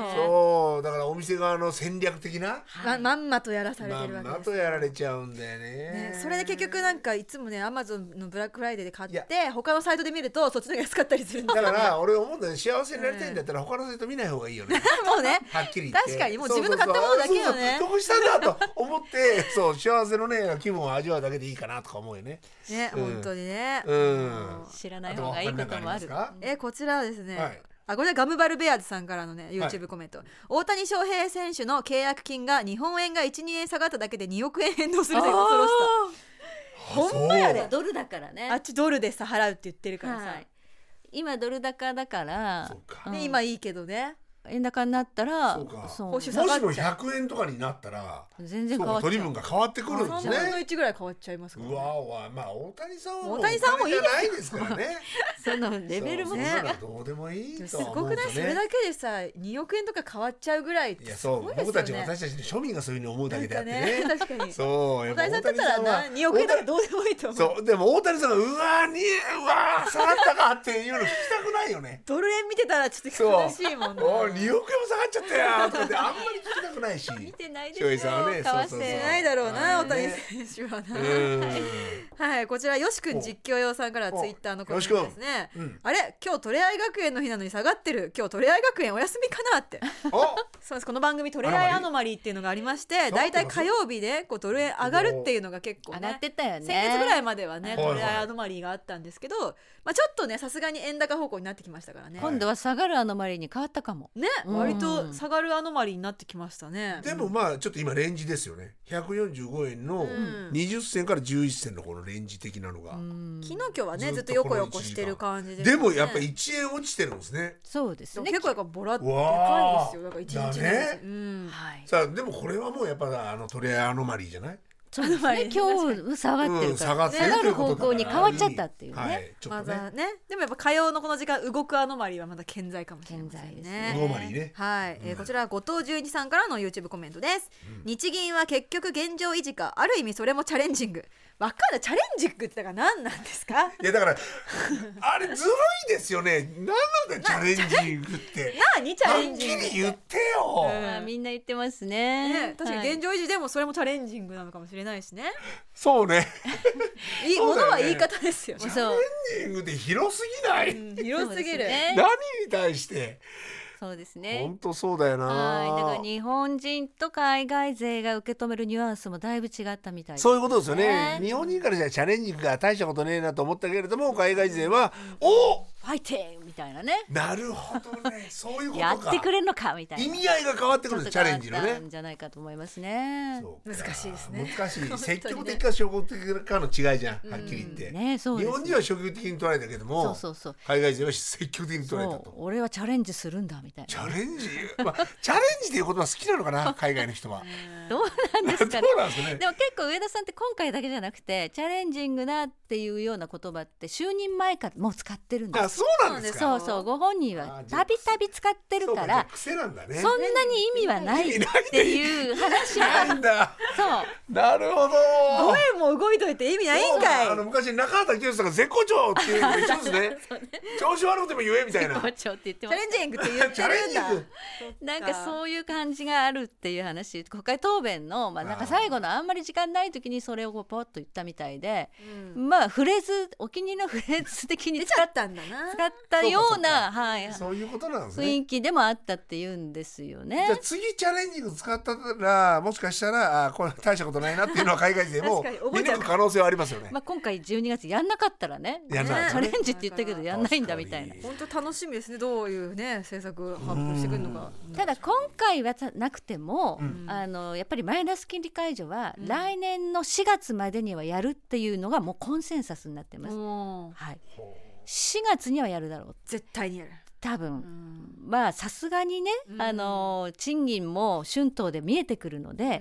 B: そ
D: うそ
B: うだからお店側の戦略的な
E: ままんまとやらされ
B: ま
E: て
B: ん
E: るわけ
B: ま
E: です
B: とやられちゃうんだよね
E: ね、それで結局なんかいつもねアマゾンのブラックフライデーで買っ
B: いや
E: て他のサイトで見るとそっちの方が安かったりするんで
B: だから俺思うんだよね幸せになりたいんだったら他のサイト見ない方がいいよ ね
E: もうね
B: はっきり言って
E: 確かにもう
B: そ
E: 自分の買ったものだけをね
B: そうそうそう得したんだと思ってそう幸せのね気分を味わうだけでいいかなとか思うよね
E: ね、
B: うん
E: 本当にね、
B: うん
D: 知らない方がいいこともある
B: あ
E: えこちらはですね、
B: はい
E: あこれはガムバルベアーズさんからのね
B: はい
E: YouTube コメント、大谷翔平選手の契約金が日本円が12円下がっただけで2億円返納するという恐ろし
B: ほ
E: んまやで
D: そうドルだからね
E: さあっちドルでさ払うって言ってるからさ、
D: はい今ドル高だから
B: そうか
D: うん
E: ね今いいけどね
D: 円高になったら
B: そうか
D: そう
E: 報
B: もし
E: 酬
B: も
E: 下がっちゃう
B: 100円とかになったら
D: 全
B: そう
D: 然変わ
B: か
D: っちゃ
B: 取り
D: う
B: 分が変わってくるんで
E: 3
B: す
E: 分の
B: ね
E: 1ぐらい変わっちゃいますから、
B: う
E: ね、
B: わおわまあ大谷さんはもう
E: 大谷さんもいい
B: お金じゃないですからね
D: そのレベルも
B: そう
D: 違う
B: そんなのどうでもいい
E: で
B: と
E: もす
B: は思
E: ご
B: う
E: く
B: んで
E: ない、
B: す
E: そ
B: よね
E: れだけでさ2億円とか変わっちゃうぐらいって
B: いや
E: す
B: そ
E: ご
B: う
E: いですよね
B: 僕たち私たち庶民がそういうふうに思うだけであってね
E: なんかね確かに
B: そうやっぱ
E: 大谷さんだった
B: 大
E: らな
B: 谷
E: 2億円とか
B: 大谷
E: どうでもいいと思う
B: そうでも大谷さんがうわーにうわー下がったかっていうの聞きたくないよ ね
E: ドル円見てたらちょっ
B: そう
E: と悲しいもんね
B: おい2億円も下がっちゃったよとかってあんまり聞きたくない し
D: 見てないです
B: 翔
D: よ
B: 平さんはね
D: 為替
B: そうそうそう
E: してないだろうな
B: はい
E: 大谷選手は
B: う
E: な、
B: ーん
E: はい、こちらよしくん実況用さんから
B: お
E: ツイッターのコメントですね。
B: よしくんうん
E: あれ今日トレアイ学園の日なのに下がってる今日トレアイ学園お休みかなって。
B: お
E: そうですこの番組トレアイアノマリーっていうのがありまして
B: ノマ
E: だ
B: リ
E: い
B: ー
E: たい火曜日でこうトレ上がるっていうのが結構
D: 上
E: ね
D: がってたよね
E: 先月ぐらいまでは
B: は
E: ね
B: いはい
E: トレアイアノマリーがあったんですけど、まあ、ちょっとねさすがに円高方向になってきましたからね。
D: 今度は下がるアノマリーに変わったかも
E: ね、
D: うん
E: 割と下がるアノマリーになってきましたね。
B: でもまあちょっと今レンジですよね145円の
E: ん
B: 20銭から11銭のこのレンジ的なのが、
D: うん
E: 昨日今日はねず
B: ず
E: っ
B: っ
E: と
B: と
E: 横横してる感じで、
B: でもやっぱ1円落ちてるんですね
D: そうです
E: でも
D: ね
E: 結構やっぱボラでかいですよ。だから一日のうち
B: だね
E: うん。
D: はい
B: さあでもこれはもうやっぱあのトレアノマリーじゃない
D: そうですね今日下がって
B: う
D: る
B: ん
D: か
B: 下
D: ら
B: がってるということだから
D: 下がる方向に変わっちゃったっていうね
B: はい、ちょ
E: ま
B: っとね
E: だね、でもやっぱ火曜のこの時間動くアノマリーはまだ健在かもしれません
D: 健在です
E: ね
D: ね。
B: ノーマリーね
E: はい、えーこちらは後藤十二さんからの YouTube コメントです、日銀は結局現状維持か、ある意味それもチャレンジング。わかるチャレンジングってだから何なんですか？
B: いやだからあれずるいですよねなんなんだよチャレンジングって
E: 何チャ
B: は
E: レ
B: っ
E: ン
B: き
E: ジング？
B: り言ってよ、
E: うん
D: まあみんな言ってますね
E: ね、確かに現
D: 状
E: 状維持でもそれもチャレンジングなのかもしれないしね。
B: そうね
E: いい
B: そ
E: も
B: うだ
E: の
B: よね
E: は言い方ですよ。
B: チャ
D: そう
B: レンジングって広すぎない、
E: うん広すぎる。
B: 何に対して
D: そうですね
B: 本当そうだよな
D: はいだから日本人と海外勢が受け止めるニュアンスもだいぶ違ったみたいです
B: そういうことですよね
D: ね
B: 日本人からじゃチャレンジングが大したことねえなと思ったけれども海外勢はお
D: ファイティンみたいなね
B: なるほどねそういうことか
D: やってくれんのかみたいな
B: 意味合いが変わってくるんですチャレンジの
D: ちょっと変わった
B: ね
D: んじゃないかと思いますね
B: そうか
E: 難しいですね
B: 難しい
E: 本当にね
B: 積極的か消極的かの違いじゃんはっきり言って、
D: ねそう
B: 日
D: です
B: 本人は消極的に捉えたけども
D: そうそうそう
B: 海外勢は積極的に捉えた
D: そう
B: と
D: 俺はチャレンジするんだみたい
B: チ
D: な
B: ャレンジ、まあ、チャレンジという言葉好きなのか な海外の人は
D: どうなんです
B: そう
D: かね
B: なんです ね
D: でも結構上田さんって今回だけじゃなくてチャレンジングなっていうような言葉って就任前からもう使ってるんですよ
B: あそうなんです
D: そ
B: か
D: うそうご本人
B: あ
D: は
B: ーじゃあ
D: たびたび使ってるか
B: じゃあ
D: ら
B: 癖なんだね
D: そんなに意味はないっていう話
B: な
D: は
B: いんだ
D: そう
B: なるほど
E: 声も動いといて意味ないんかい
B: そうあの昔中畑清さんが絶好調っていうのと一緒です ね調子悪くても言えみたいな
D: 校長って言っ
E: チ
D: てま
E: ャ
D: す
E: レンジングって言ってるんだ
B: チャレンジング
D: なんかそういう感じがあるっていう話国会答弁の、まあ、なんか最後のあんまり時間ない時にそれをこうポッと言ったみたいで、まあフレーズお気に入りのフレーズ的に
E: 出ち
D: 使
E: ゃ
D: っ
E: ったんだな
D: 使ったようなはい、
B: そういうことなんですね
D: 雰囲気でもあったって言うんですよね
B: じゃあ。次チャレンジング使ったらもしかしたらあーこれ大したことないなっていう のは海外人でも
E: 確かに覚
B: 見
E: えちゃ
B: 抜
E: う
B: く可能性はありますよね。
D: まあ、今回12月やんなかったらね
B: やんなかった
D: チャレンジって言ったけどやんないんだみたいな
B: 確か
E: 本当楽しみですねどういうね制作発表してくるのか
D: ただ今回はさなくても、あのやっぱりマイナス金利解除は来年の4月までにはやるっていうのがもうコンセンサスになってます、
E: もう
D: はい、4月にはやるだろう
E: 絶対にやる
D: 多分、まあさすがにね、あの賃金も春闘で見えてくるので、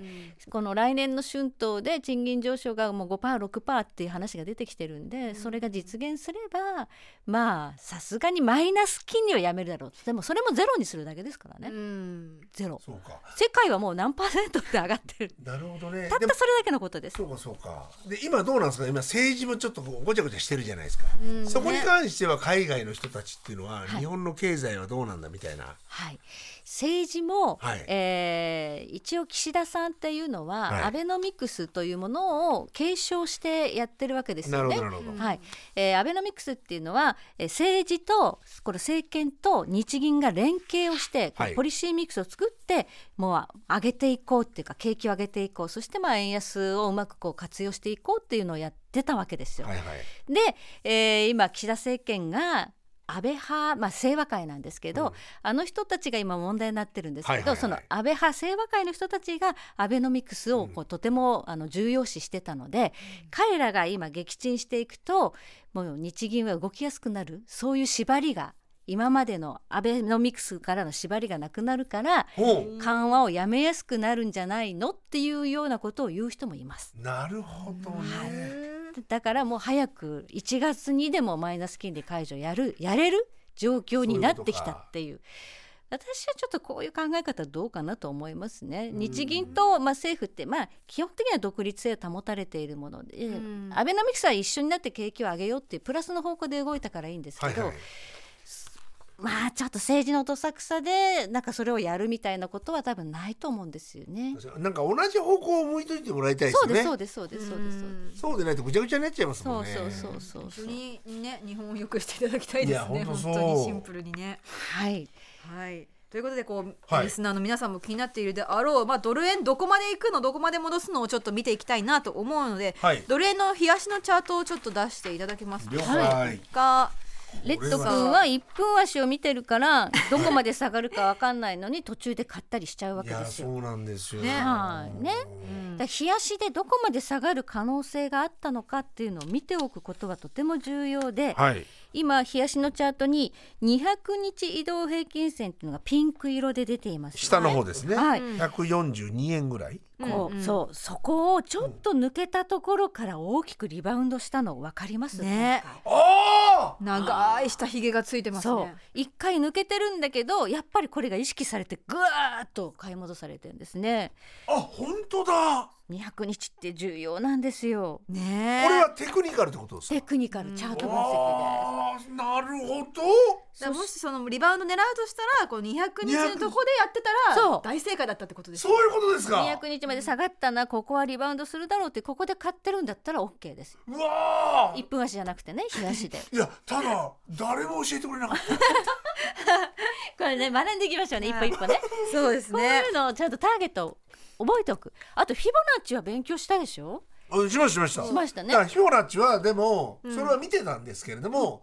D: この来年の春闘で賃金上昇がもう 5%6% っていう話が出てきてるんで、それが実現すればまあさすがにマイナス金利はやめるだろうでもそれもゼロにするだけですからね、
E: うん
D: ゼロ
B: そうか
D: 世界はもう何パーセントって上がってる
B: なるほどね
D: た っ
B: でも
D: たそれだけのことです
B: そうかそうかで今どうなんですか今政治もちょっとこうごちゃごちゃしてるじゃないですか、そこに関しては海外の人たちっていうのは、日本の経済はどうなんだみたいな
D: はい、政治も、
B: はい
D: えー一応岸田さんっていうのは、
B: はい
D: アベノミクスというものを継承してやってるわけです
B: な
D: よ
B: るほ
D: ね
B: ど。なるほど、
D: はいえーアベノミクスっていうのは、えー政治とこれ政権と日銀が連携をして、こう
B: はい
D: ポリシーミックスを作ってもう上げていこうっていうか景気を上げていこうそしてまあ円安をうまくこう活用していこうっていうのをやってたわけですよ。
B: はいはい
D: で、えー今岸田政権が安倍派、まあ、清和会なんですけど、あの人たちが今問題になってるんです
B: は
D: けど、
B: いはいはい
D: その安倍派清和会の人たちがアベノミクスをこうとても、あの重要視してたので、彼らが今撃沈していくともう日銀は動きやすくなるそういう縛りが今までのアベノミクスからの縛りがなくなるから
B: ほう
D: 緩和をやめやすくなるんじゃないのっていうようなことを言う人もいます。
B: なるほどね、
D: だからもう早く1月にでもマイナス金利解除やるやれる状況になってきたっていう。私はちょっとこういう考え方どうかなと思いますね。日銀と、まあ、政府って、まあ、基本的には独立性を保たれているもので、
E: ん
D: アベノミクスは一緒になって景気を上げようっていうプラスの方向で動いたからいいんですけ
B: はい
D: ど、
B: はい
D: まあちょっと政治のどさくさでなんかそれをやるみたいなことは多分ないと思うんですよね。
B: なんか同じ方向を向いといてもらいたいで
D: そ
B: す
D: うです
B: ね
D: そうですそうですそうですそうです。
B: そうでないとぐちゃぐちゃになっちゃいます
D: そ
B: も
D: うん
B: ね
D: そうそうそうそう
E: 本当。にね日本を良くしていただきたい
B: い
E: です
B: や
E: ね
B: 本当
E: 本
B: そう
E: 当にシンプルにね
D: はい。
E: はいということでこう、
B: はい
E: リスナーの皆さんも気になっているであろう、まあ、ドル円どこまで行くのどこまで戻すのをちょっと見ていきたいなと思うので、
B: はい
E: ドル円の冷やしのチャートをちょっと出していただけます
B: 了
E: か、
B: 解
E: が
D: レッド君は1分足を見てるからどこまで下がるかわかんないのに途中で買ったりしちゃうわ
B: い
D: けで
B: やそ
D: すよ。
B: うなんですよ、
E: ね
D: はいね、だから冷やしでどこまで下がる可能性があったのかっていうのを見ておくことはとても重要で、
B: はい
D: 今冷やしのチャートに200日移動平均線っていうのがピンク色で出ていますよね
B: 下の方ですね、
D: はい
B: 142円ぐらい、
D: こうそうそこをちょっと抜けたところから大きくリバウンドしたの分かります
E: ね
B: ああ
E: 長い下ひげがついてます
D: そう
E: ね
D: 一回抜けてるんだけどやっぱりこれが意識されてぐわーっと買い戻されてるんですね
B: あ本当だ
D: 200日って重要なんですよ
E: ねえ
B: これはテクニカルってことですか
D: テクニカルチャート分析で
B: あーなるほど
E: だからもしそのリバウンド狙うとしたらこう200日のとこでやってた
D: そ
E: ら
D: う
E: 大正解だったってことですね
B: そういうことですか
D: 200日まで下がったなここはリバウンドするだろうってここで買ってるんだったら OK です
B: うわー
D: 1分足じゃなくてね日足で
B: いやただ誰も教えてくれなかった
D: これね学んでいきましょうね一歩一歩ね
E: そうです
D: こういうのをちゃんとターゲットを覚えておくあとフィボナッチは勉強したでしょ
B: うんしましたしました
D: しましたね
B: だからヒョーラッチはでもそれは見てたんですけれども、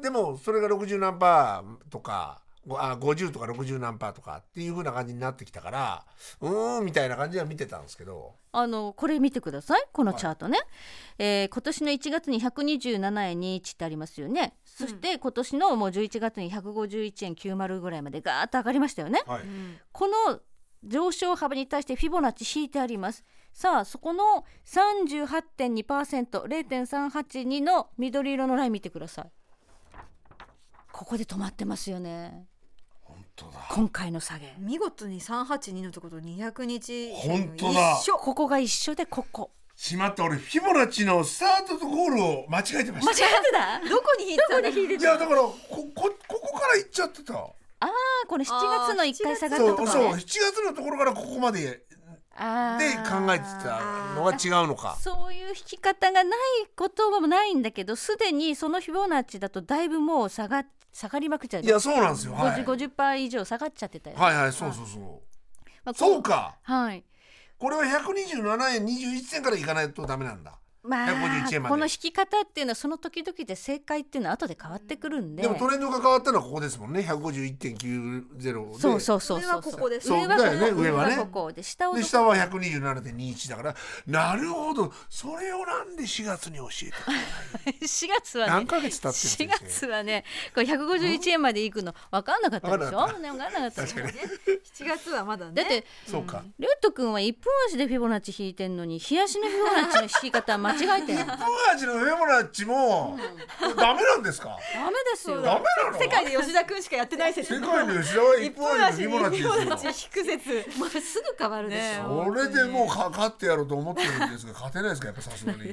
B: でもそれが60何パーとかごあ50とか60何パーとかっていう風な感じになってきたからうーんみたいな感じは見てたんですけど
D: あのこれ見てくださいこのチャートね、えー今年の1月に127円21ってありますよねそして今年のもう11月に151円90ぐらいまでガーッと上がりましたよね
B: はい、
D: この上昇幅に対してフィボナッチ引いてありますさあそこの 38.2%0.382 の緑色のライン見てくださいここで止まってますよね
B: 本当だ
D: 今回の下げ
E: 見事に382のところと200日
B: 本当だ
E: 一緒
D: ここが一緒でここ
B: しまった俺フィボナッチのスタートとゴールを間違えてまし
D: 間違
B: た
D: ってた
E: どこに引いてたんだ
B: いやだからここここから行っちゃってた
D: ああこの7月の一回下がった
B: そ
D: とこ
B: う
D: ね
B: そう7月のところからここまでで
D: あ
B: 考
D: ー
B: えてたのが違うのか
D: そういう引き方がないことはないんだけどすでにそのフィボナッチだとだいぶもう下が下がりまくっちゃう
B: いやそうなんですよはい
D: 50 50%以上下がっちゃってたよ、
B: はいはいそうそうそう
D: まあこ
B: そうか
D: はい
B: これは127円21銭からいかないとダメなんだ151
D: まあ
B: 円まで
D: この引き方っていうのはその時々で正解っていうのは後で変わってくるんで
B: でもトレンドが変わったのはここですもんね151.90で
D: そうそうそう
E: 上
D: そう
E: はここです
B: そう
D: 上はここ
B: だよね上はね
D: ここで下をど
B: で
D: こ
B: 下は127.21だからなるほどそれをなんで4月に教えてくれない
D: 4月は
B: 何
D: ね
B: ヶ月経ってる
D: 4
B: んです
D: 月はねこれ151円まで行くの分かんなかったでしょ
B: わ
D: ね分かんなかった
B: 確かに
E: 7月はまだね
D: だって
B: そうか
D: ルート君は一分足でフィボナッチ引いてんのに冷やしのフィボナッチの引き方間違えてる
B: ブ
D: ダメ
B: ー味のフェボナッチもダメなんですか
D: ですよ
B: ダメなの
E: 世界で吉田君しかやってない説
B: 世界の吉田は一
E: 一本
B: 本味
E: 足
B: の
E: に
B: フェボナッチ
E: 一本
B: ですよ
E: 足引く説
D: もうすぐ変わるでし
E: ねえ
D: ょ、
B: それでもうかかってやろうと思ってるんですが勝てないですかやっぱさすがに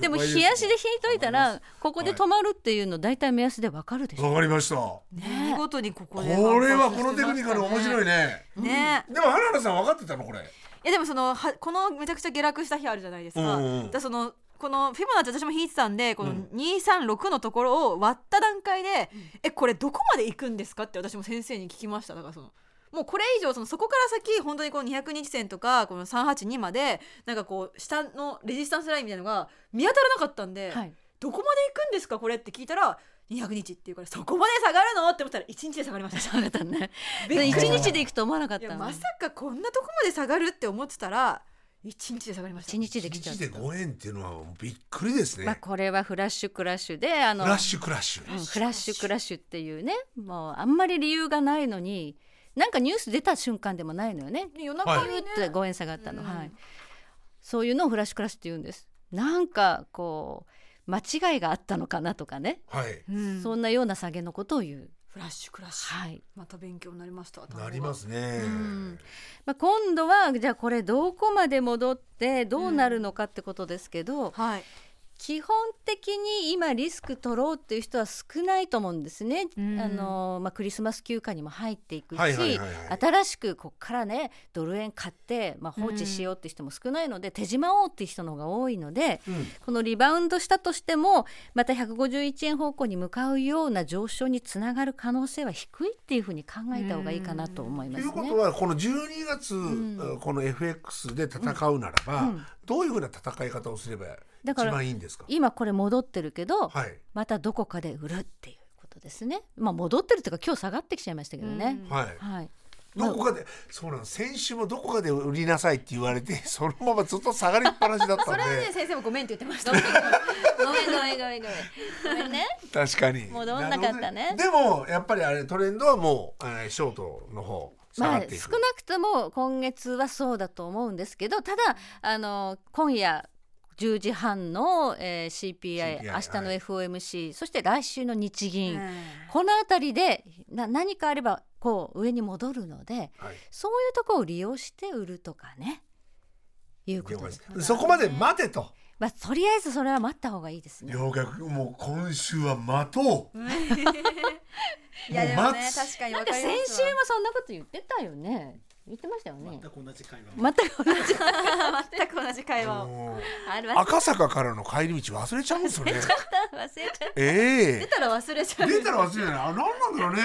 D: でも冷やしで引いといたらここで止まるっていうの大体目安でわかるでしょ、
B: わかりましたこ
E: 見事にここで
B: れはこのテクニカル面白い
E: ね
B: ね
E: ね
B: でも花原さん分かってたのこれ
E: いやでもそのはこのめちゃくちゃ下落した日あるじゃないですか,、
B: うんうん
E: だからそのこのフィボナッチ私も引いてたんでこの236のところを割った段階で、えこれどこまで行くんですかって私も先生に聞きましただからそのもうこれ以上そのそこから先本当にこの202線とかこの382までなんかこう下のレジスタンスラインみたいなのが見当たらなかったんで、
D: はい、
E: どこまで行くんですかこれって聞いたら200日っていうからそこまで下がるのって思ったら1日で下がりました。
D: 下がったね
E: びっくり
D: 一
E: した
D: 日で行くと思わなかっ
E: いや
D: た
E: まさかこんなとこまで下がるって思ってたら一日で下がりました
D: 一日で来ちゃっ
B: 1
D: た
B: で5円っていうのはびっくりです
D: まあ
B: ね
D: これはフラッシュクラッシュであ
B: ク
D: の
B: ラッシュクラッシ
D: うん
B: ュ
D: フラッシュクラッシュっていうねもうあんまり理由がないのになんかニュース出た瞬間でもないのよね。
E: で夜中
D: ピ
E: にね
D: ュ、ーってご縁下がったの、
E: うん
D: はい、そういうのをフラッシュクラッシュって言うんです。なんかこう間違いがあったのかなとかね、
B: はい
E: うん
D: そんなような下げのことを言う。
E: フラッシュクラッシュ、
D: はい
E: また勉強になりました単語が
B: なりますね
D: んまあ、今度はじゃあこれどこまで戻ってどうなるのかってことですけど、
E: はい
D: 基本的に今リスク取ろうっていう人は少ないと思うんですね。
E: うん
D: あのまあ、クリスマス休暇にも入っていくし、
B: はいはいはいはい
D: 新しくこっからねドル円買って、まあ、放置しようって人も少ないので、手締まおうって人の方が多いので、
B: うん
D: このリバウンドしたとしてもまた151円方向に向かうような上昇につながる可能性は低いっていうふうに考えた方がいいかなと思い
B: と
D: ま
B: い
D: す
B: うこ
D: ね
B: と。はこの12月、
D: ん
B: この FX で戦うならば、
D: うん
B: どういうふうな戦い方をすれば
D: だ
B: 一
D: から
B: 番いいんですか
D: 今これ戻ってるけど、
B: はい
D: またどこかで売るっていうことですね。まあ、戻ってるというか今日下がってきちゃいましたけどね。
B: はい、
D: はい
B: どこかでそうなんです先週もどこかで売りなさいって言われて そのままずっと下がりっぱなしだったん
E: そ
B: で
E: れはね先生もごめんって言ってま した
D: ごめんごめんごめんごめん。ごめんね。
B: 確かに
D: 戻んなかったね
B: なるほどでもやっぱりあれトレンドはもう、えーショートの方下
D: ま
B: が
D: あ
B: っていく、
D: 少なくとも今月はそうだと思うんですけど、ただあの今夜。10時半の、えー CPI,
B: CPI
D: 明日の FOMC、そして来週の日銀、
E: ね
D: この辺りでな何かあればこう上に戻るので
B: はい
D: そういうところを利用して売るとかねいうこ
B: 了
D: と
B: 解
D: で
B: ですす、そこまで待てと
D: まあ、とりあえずそれは待った方がいいですね。
B: 了解もう今週は待とう
E: いやで
B: も
E: も
B: う
E: ね
B: 待つ
E: 確かに
D: なん
E: 分
D: か
E: か
D: 先
E: りま
D: 週
E: すわ
D: もそんなこと言ってたよね。言ってましたよね。
F: 全く同じ会話を
D: 全く同じ。
E: 全く同じ会話を
B: もう
D: あれ忘れ
B: 赤坂からの帰り道忘れちゃうんですよね
D: た忘れちゃった。
B: え
E: 出
B: え
E: たら忘れちゃう
B: 出たら忘れないあ何なんだろうね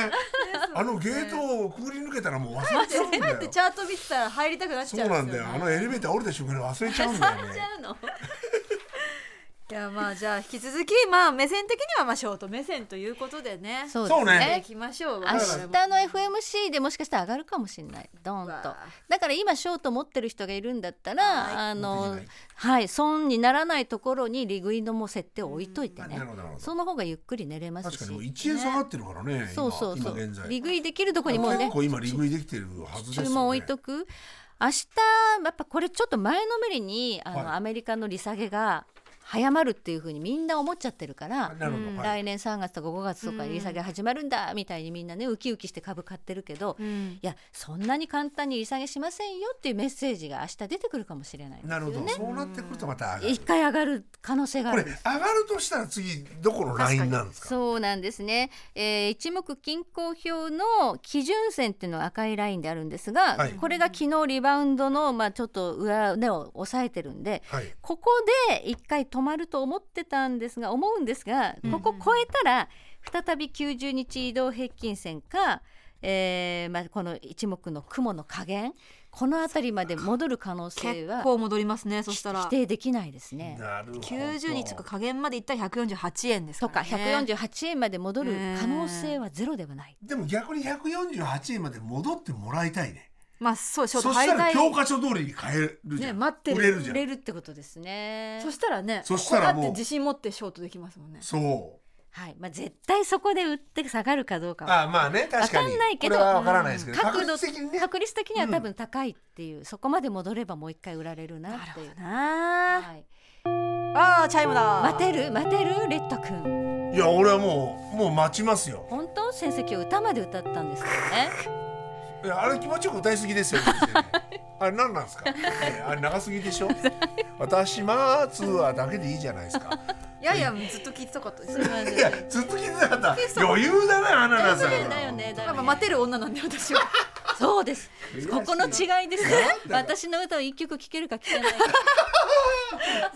B: あのゲートをくぐり抜けたらもう忘れちゃうんだ
E: 帰っ
B: よ
E: てチャート見てたら入りたくなっち
B: そ
E: ゃ
B: う
E: うんですよ、ね、
B: なんだよあのエレベーター降りた瞬間に忘れちゃうんだよね
D: うの。
E: いやまあじゃあ引き続きまあ目線的にはまあショート目線ということでね
D: そう
B: そう
D: です
E: やってい
D: ね。
E: きましょう
D: 明日の FMC でもしかしたら上がるかもしれない。ドーンと
E: わ。
D: だから今ショート持ってる人がいるんだったら、
E: はい
D: あ
B: 持っ
D: の
B: ていない
D: はい損にならないところに利食いのも設定を置いといて
B: あ
D: ね
B: なる。ほどなるほど
D: その方がゆっくり寝れます
B: 確かにもう
D: し。
B: 1円下がってるからね
D: そうそう
B: 今
D: そ
B: 今現
D: う。
B: 在
D: 利食いできるとこにもうね
B: 結。構今利食いできてるはずですよね
D: 注文置いとく明日やっぱこれちょっと前のめりにあの、
B: はい
D: アメリカの利下げが早まるっていうふうにみんな思っちゃってるから、
B: なるほど、はい
D: 来年3月とか5月とかに利下げ始まるんだみたいにみんなねウキウキして株買ってるけど、
E: ん
D: いやそんなに簡単に利下げしませんよっていうメッセージが明日出てくるかもしれないです
B: なるほ
D: よ
B: ど、
D: ね。
B: そうなってくるとまた上がる
D: 一回上がる可能性があ
B: こ
D: る
B: れ上
D: んです
B: がるとしたら次どこのラインなんですか
D: そうなんですね、えー一目均衡表の基準線っていうのが赤いラインであるんですが、
B: はい
D: これが昨日リバウンドの、まあ、ちょっと上値を抑えてるんで
B: はい
D: ここで一回止まると思ってたんですが思うんですがここ超えたら再び90日移動平均線か、えーまあ、この一目の雲の加減この辺りまで戻る可能性
E: 結
D: は
E: 構戻りますねそしたら
D: 否定できないですね。
B: なるほど
E: 90日とか加減までいったら148円です
D: と
E: か、
D: から
E: ね、
D: 148円まで戻る可能性はゼロではない。
B: でも逆に148円まで戻ってもらいたいね
E: まあそうちょ
B: そ
E: っと
B: し
E: 敗
B: たら
E: 退
B: 教科書通りに変えるじゃん、
E: ね待ってる
B: 売れるじゃ
D: 売
B: ん
D: れるってことですね。
E: そしたらね
B: そしたらもう
E: ここだって自信持ってショートできますもんね
B: そう
D: はい、まあ絶対そこで売って下がるかどうかは
B: あまあね確かに
D: わかんないけど
B: これはわからないですけど、確
D: 角度
B: 率的にね
D: 確率的には多分高いっていう、そこまで戻ればもう一回売られるなっていう。
E: な
D: はい、
E: あーチャイムだ
D: 待てる待てるレッド君
B: いや俺はもうもう待ちますよ
D: 本当先生今日歌まで歌ったんですけどね
B: いやあれ気持ちよく歌いすぎですよ先生ねあれ何なんですか、ねあれ長すぎでしょ私まつはだけでいいじゃないですか
E: いやいやずっと聞いてたかったですね
B: いやずっと聞いてなかった余裕だなアナナさん
D: だよねだよね
E: まあまあ待てる女なんで私は
D: そうです
B: しい
D: ここの違いですね私の歌を一曲聴けるか聴けないか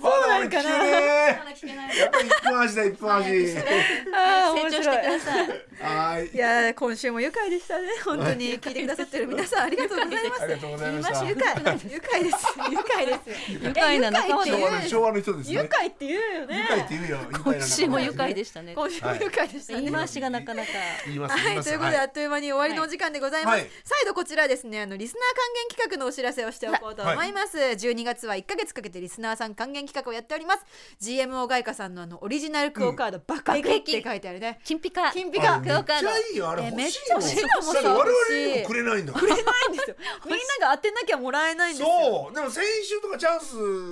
B: まだ俺聞けねえやっぱり一分足だ一分足
E: あ
D: 成長してください
B: はーい
E: いやー今週も愉快でしたね本当に聞いてくださってる皆さんありがとうございます
B: ありがとうございました
E: 愉快愉快です愉快です
D: 愉快な仲間
E: え
D: で
E: 愉
B: 昭
E: 快
B: 和の昭和の人です
E: 愉
B: ね
E: 快って言うよね
B: 愉快って言うよ愉快な仲間
D: 今週も愉快でしたね
E: 今週も愉快でしたね、
D: 言い回しがなかなか
B: 言います
E: は
B: 言
E: い、
B: ます
E: ということで、あっという間に終わりのお時間でございます、
B: はい
E: 再度こちらですねあのリスナー還元企画のお知らせをしておこうと思います、12月は1ヶ月かけてリスナーさん還元企画をやっております GMO 外貨さんのあのオリジナルクオカード爆撃って書いてあるね、
D: 金ピカ
E: 金ピカ
B: あ
D: クオカー
B: めっち
D: ド
B: ゃいいよあれ
E: え
B: 欲しいよ
E: めっちゃ欲しい
B: だって我々にもくれないんだから
E: くれないんですよみんなが当てなきゃもらえないんですよ
B: そうでも先週とかチャン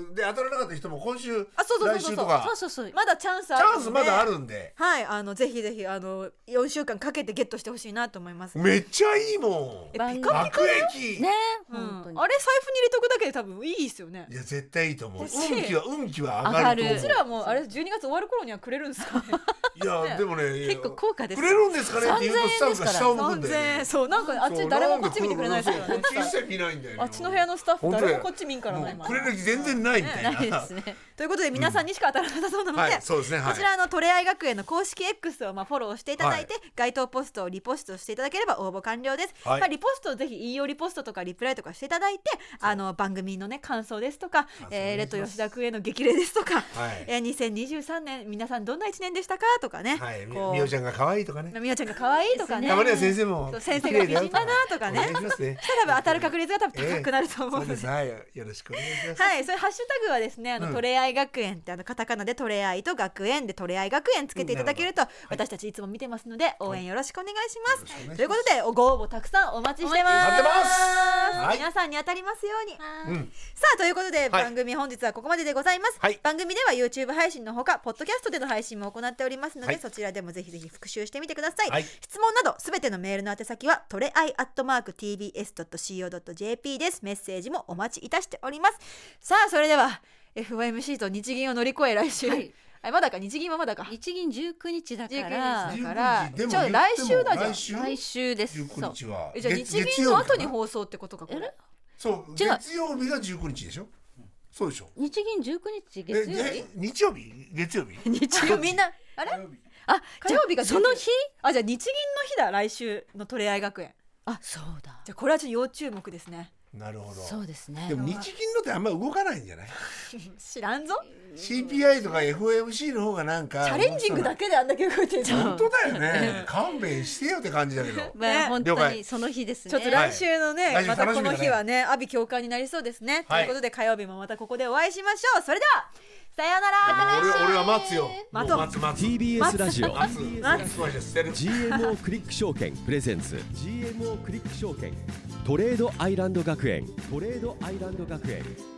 B: スで当たらなかった人も今週
E: あそうそうそうそう
B: 来週と
D: そ
B: か
D: うそうそう
E: まだチャンス
B: チ
E: ある
B: ャン
E: ので
B: スまだあるんで
E: はいあのぜひぜひあの4週間かけてゲットしてほしいなと思います
B: めっちゃいいもん
E: えピカピ
B: 爆
E: カ
B: 益
D: ね
E: うん、あれ
D: 本
E: 財布 に
D: 当に
E: 入れとくだけで多分いいですよね
B: いや絶対いいと思う
E: 欲しい
B: 運気は運気は上がると
D: 上がる
E: うちらはもうあれ12月終わる頃にはくれるんですかね
B: 思ういやでもね
D: 結構高価です
B: くれるんですかねって言うとスタッフが下を向くんだよ
E: 3000
B: ね
E: 円そうなんかあっち誰もこっち見てくれないですから
B: そう
E: ね
B: こっち一切見ないんだよね
E: あっちの部屋のスタッフ
B: 本当だよ
E: 誰もこっち見んからな
B: も
E: 今
B: うくれる気全然ないみたいな
D: ないですね
E: ということで皆さんにしか当たらなさそうなので、
B: はいそうですねはい
E: こちらのトレアイ学園の公式 X をまあフォローしていただいて、該当ポストをリポストしていただければ応募完了です、
B: はい
E: まあ、リポストをぜひ引用リポストとかリプライとかしていただいてあの番組のね感想ですと
B: 想
E: か、
B: お願いします
E: えー、レッド吉田君への激励ですとか、
B: はい
E: えー、2023年皆さんどんな一年でしたかとかね、
B: はいみ
E: こう
B: みおちゃんが可愛いとかね
E: みおちゃんが可愛いとかね
B: たまには先生も
E: そう先生が美人だなとかね
B: お願いします ね
E: 多分当たる確率が多分高くなると思う
B: そ
E: の
B: う
E: で
B: ですはいよろしくお願いします
E: はい、それハッシュタグはですね、あの、
B: うん
E: トレアイ学園ってあのカタカナでトレアイと学園でトレアイ学園つけていただけると、私たちいつも見てますので応援よろしくお願いし
B: よろしくお
E: ます。
B: 願いします
E: ということでご応募たくさんお待ちしてます。
B: 待ってますはい
E: 皆さんに当たりますように。
B: うん
E: さあということで、番組本日はここまででございます、
B: はい
E: 番組では YouTube 配信のほかポッドキャストでの配信も行っておりますので、
B: はい
E: そちらでもぜひぜひ復習してみてください、
B: はい
E: 質問などすべてのメールの宛先はトレアイアットマーク TBS.CO.JP ですメッセージもお待ちいたしておりますさあそれでは FOMC と日銀を乗り越え 来週、
D: はい
E: あまだか日銀はまだか
D: 日銀19日だか
E: 19
D: ら
E: 日だか
B: 19
E: ら
B: 時でも
E: じゃあ来週だじゃん
B: 来週
D: 来週です
B: 19日は
E: えじゃあ日
B: 月
E: 銀の後
B: 月曜日か
E: に
B: な
E: 放送ってことかこれ
B: そう
D: 違う
B: 月曜日が19日でしょそうでしょ
D: 日銀19日
B: え
D: 月曜日
B: え日曜日月曜日
E: 日曜みんなあれ
D: あ
E: 火
D: じゃ
E: 曜日が
D: あその日
E: あじゃあ日銀の日だ来週のトレアイ学園
D: あそうだ
E: じゃあこれはちょっと要注目ですね
B: なるほど
D: そうですね
B: でも日銀のってあんま動かないんじゃない
E: 知らんぞ
B: CPI とか FOMC の方がなんか
E: チャレンジングだけであんだけ動いてるの
B: 本当だよね勘弁してよって感じだけど
D: まあ本
B: 了
D: 当に
B: 解
D: その日ですね
E: ちょっと 来週のね、
B: はい来週
E: またこの
B: 楽しみだね
E: 日はね阿鼻教官になりそうですね、
B: はい
E: ということで 火曜日もまたここでお会いしましょうそれではさような
B: 俺
E: ら
B: は俺は待つよ
E: 待とう
B: もつ待つ
A: TBS ラジオ
B: 待つ待つ待つしてる
A: GMO クリック証券プレゼンツ GMO クリック証券トレードアイランド学園トレードアイランド学園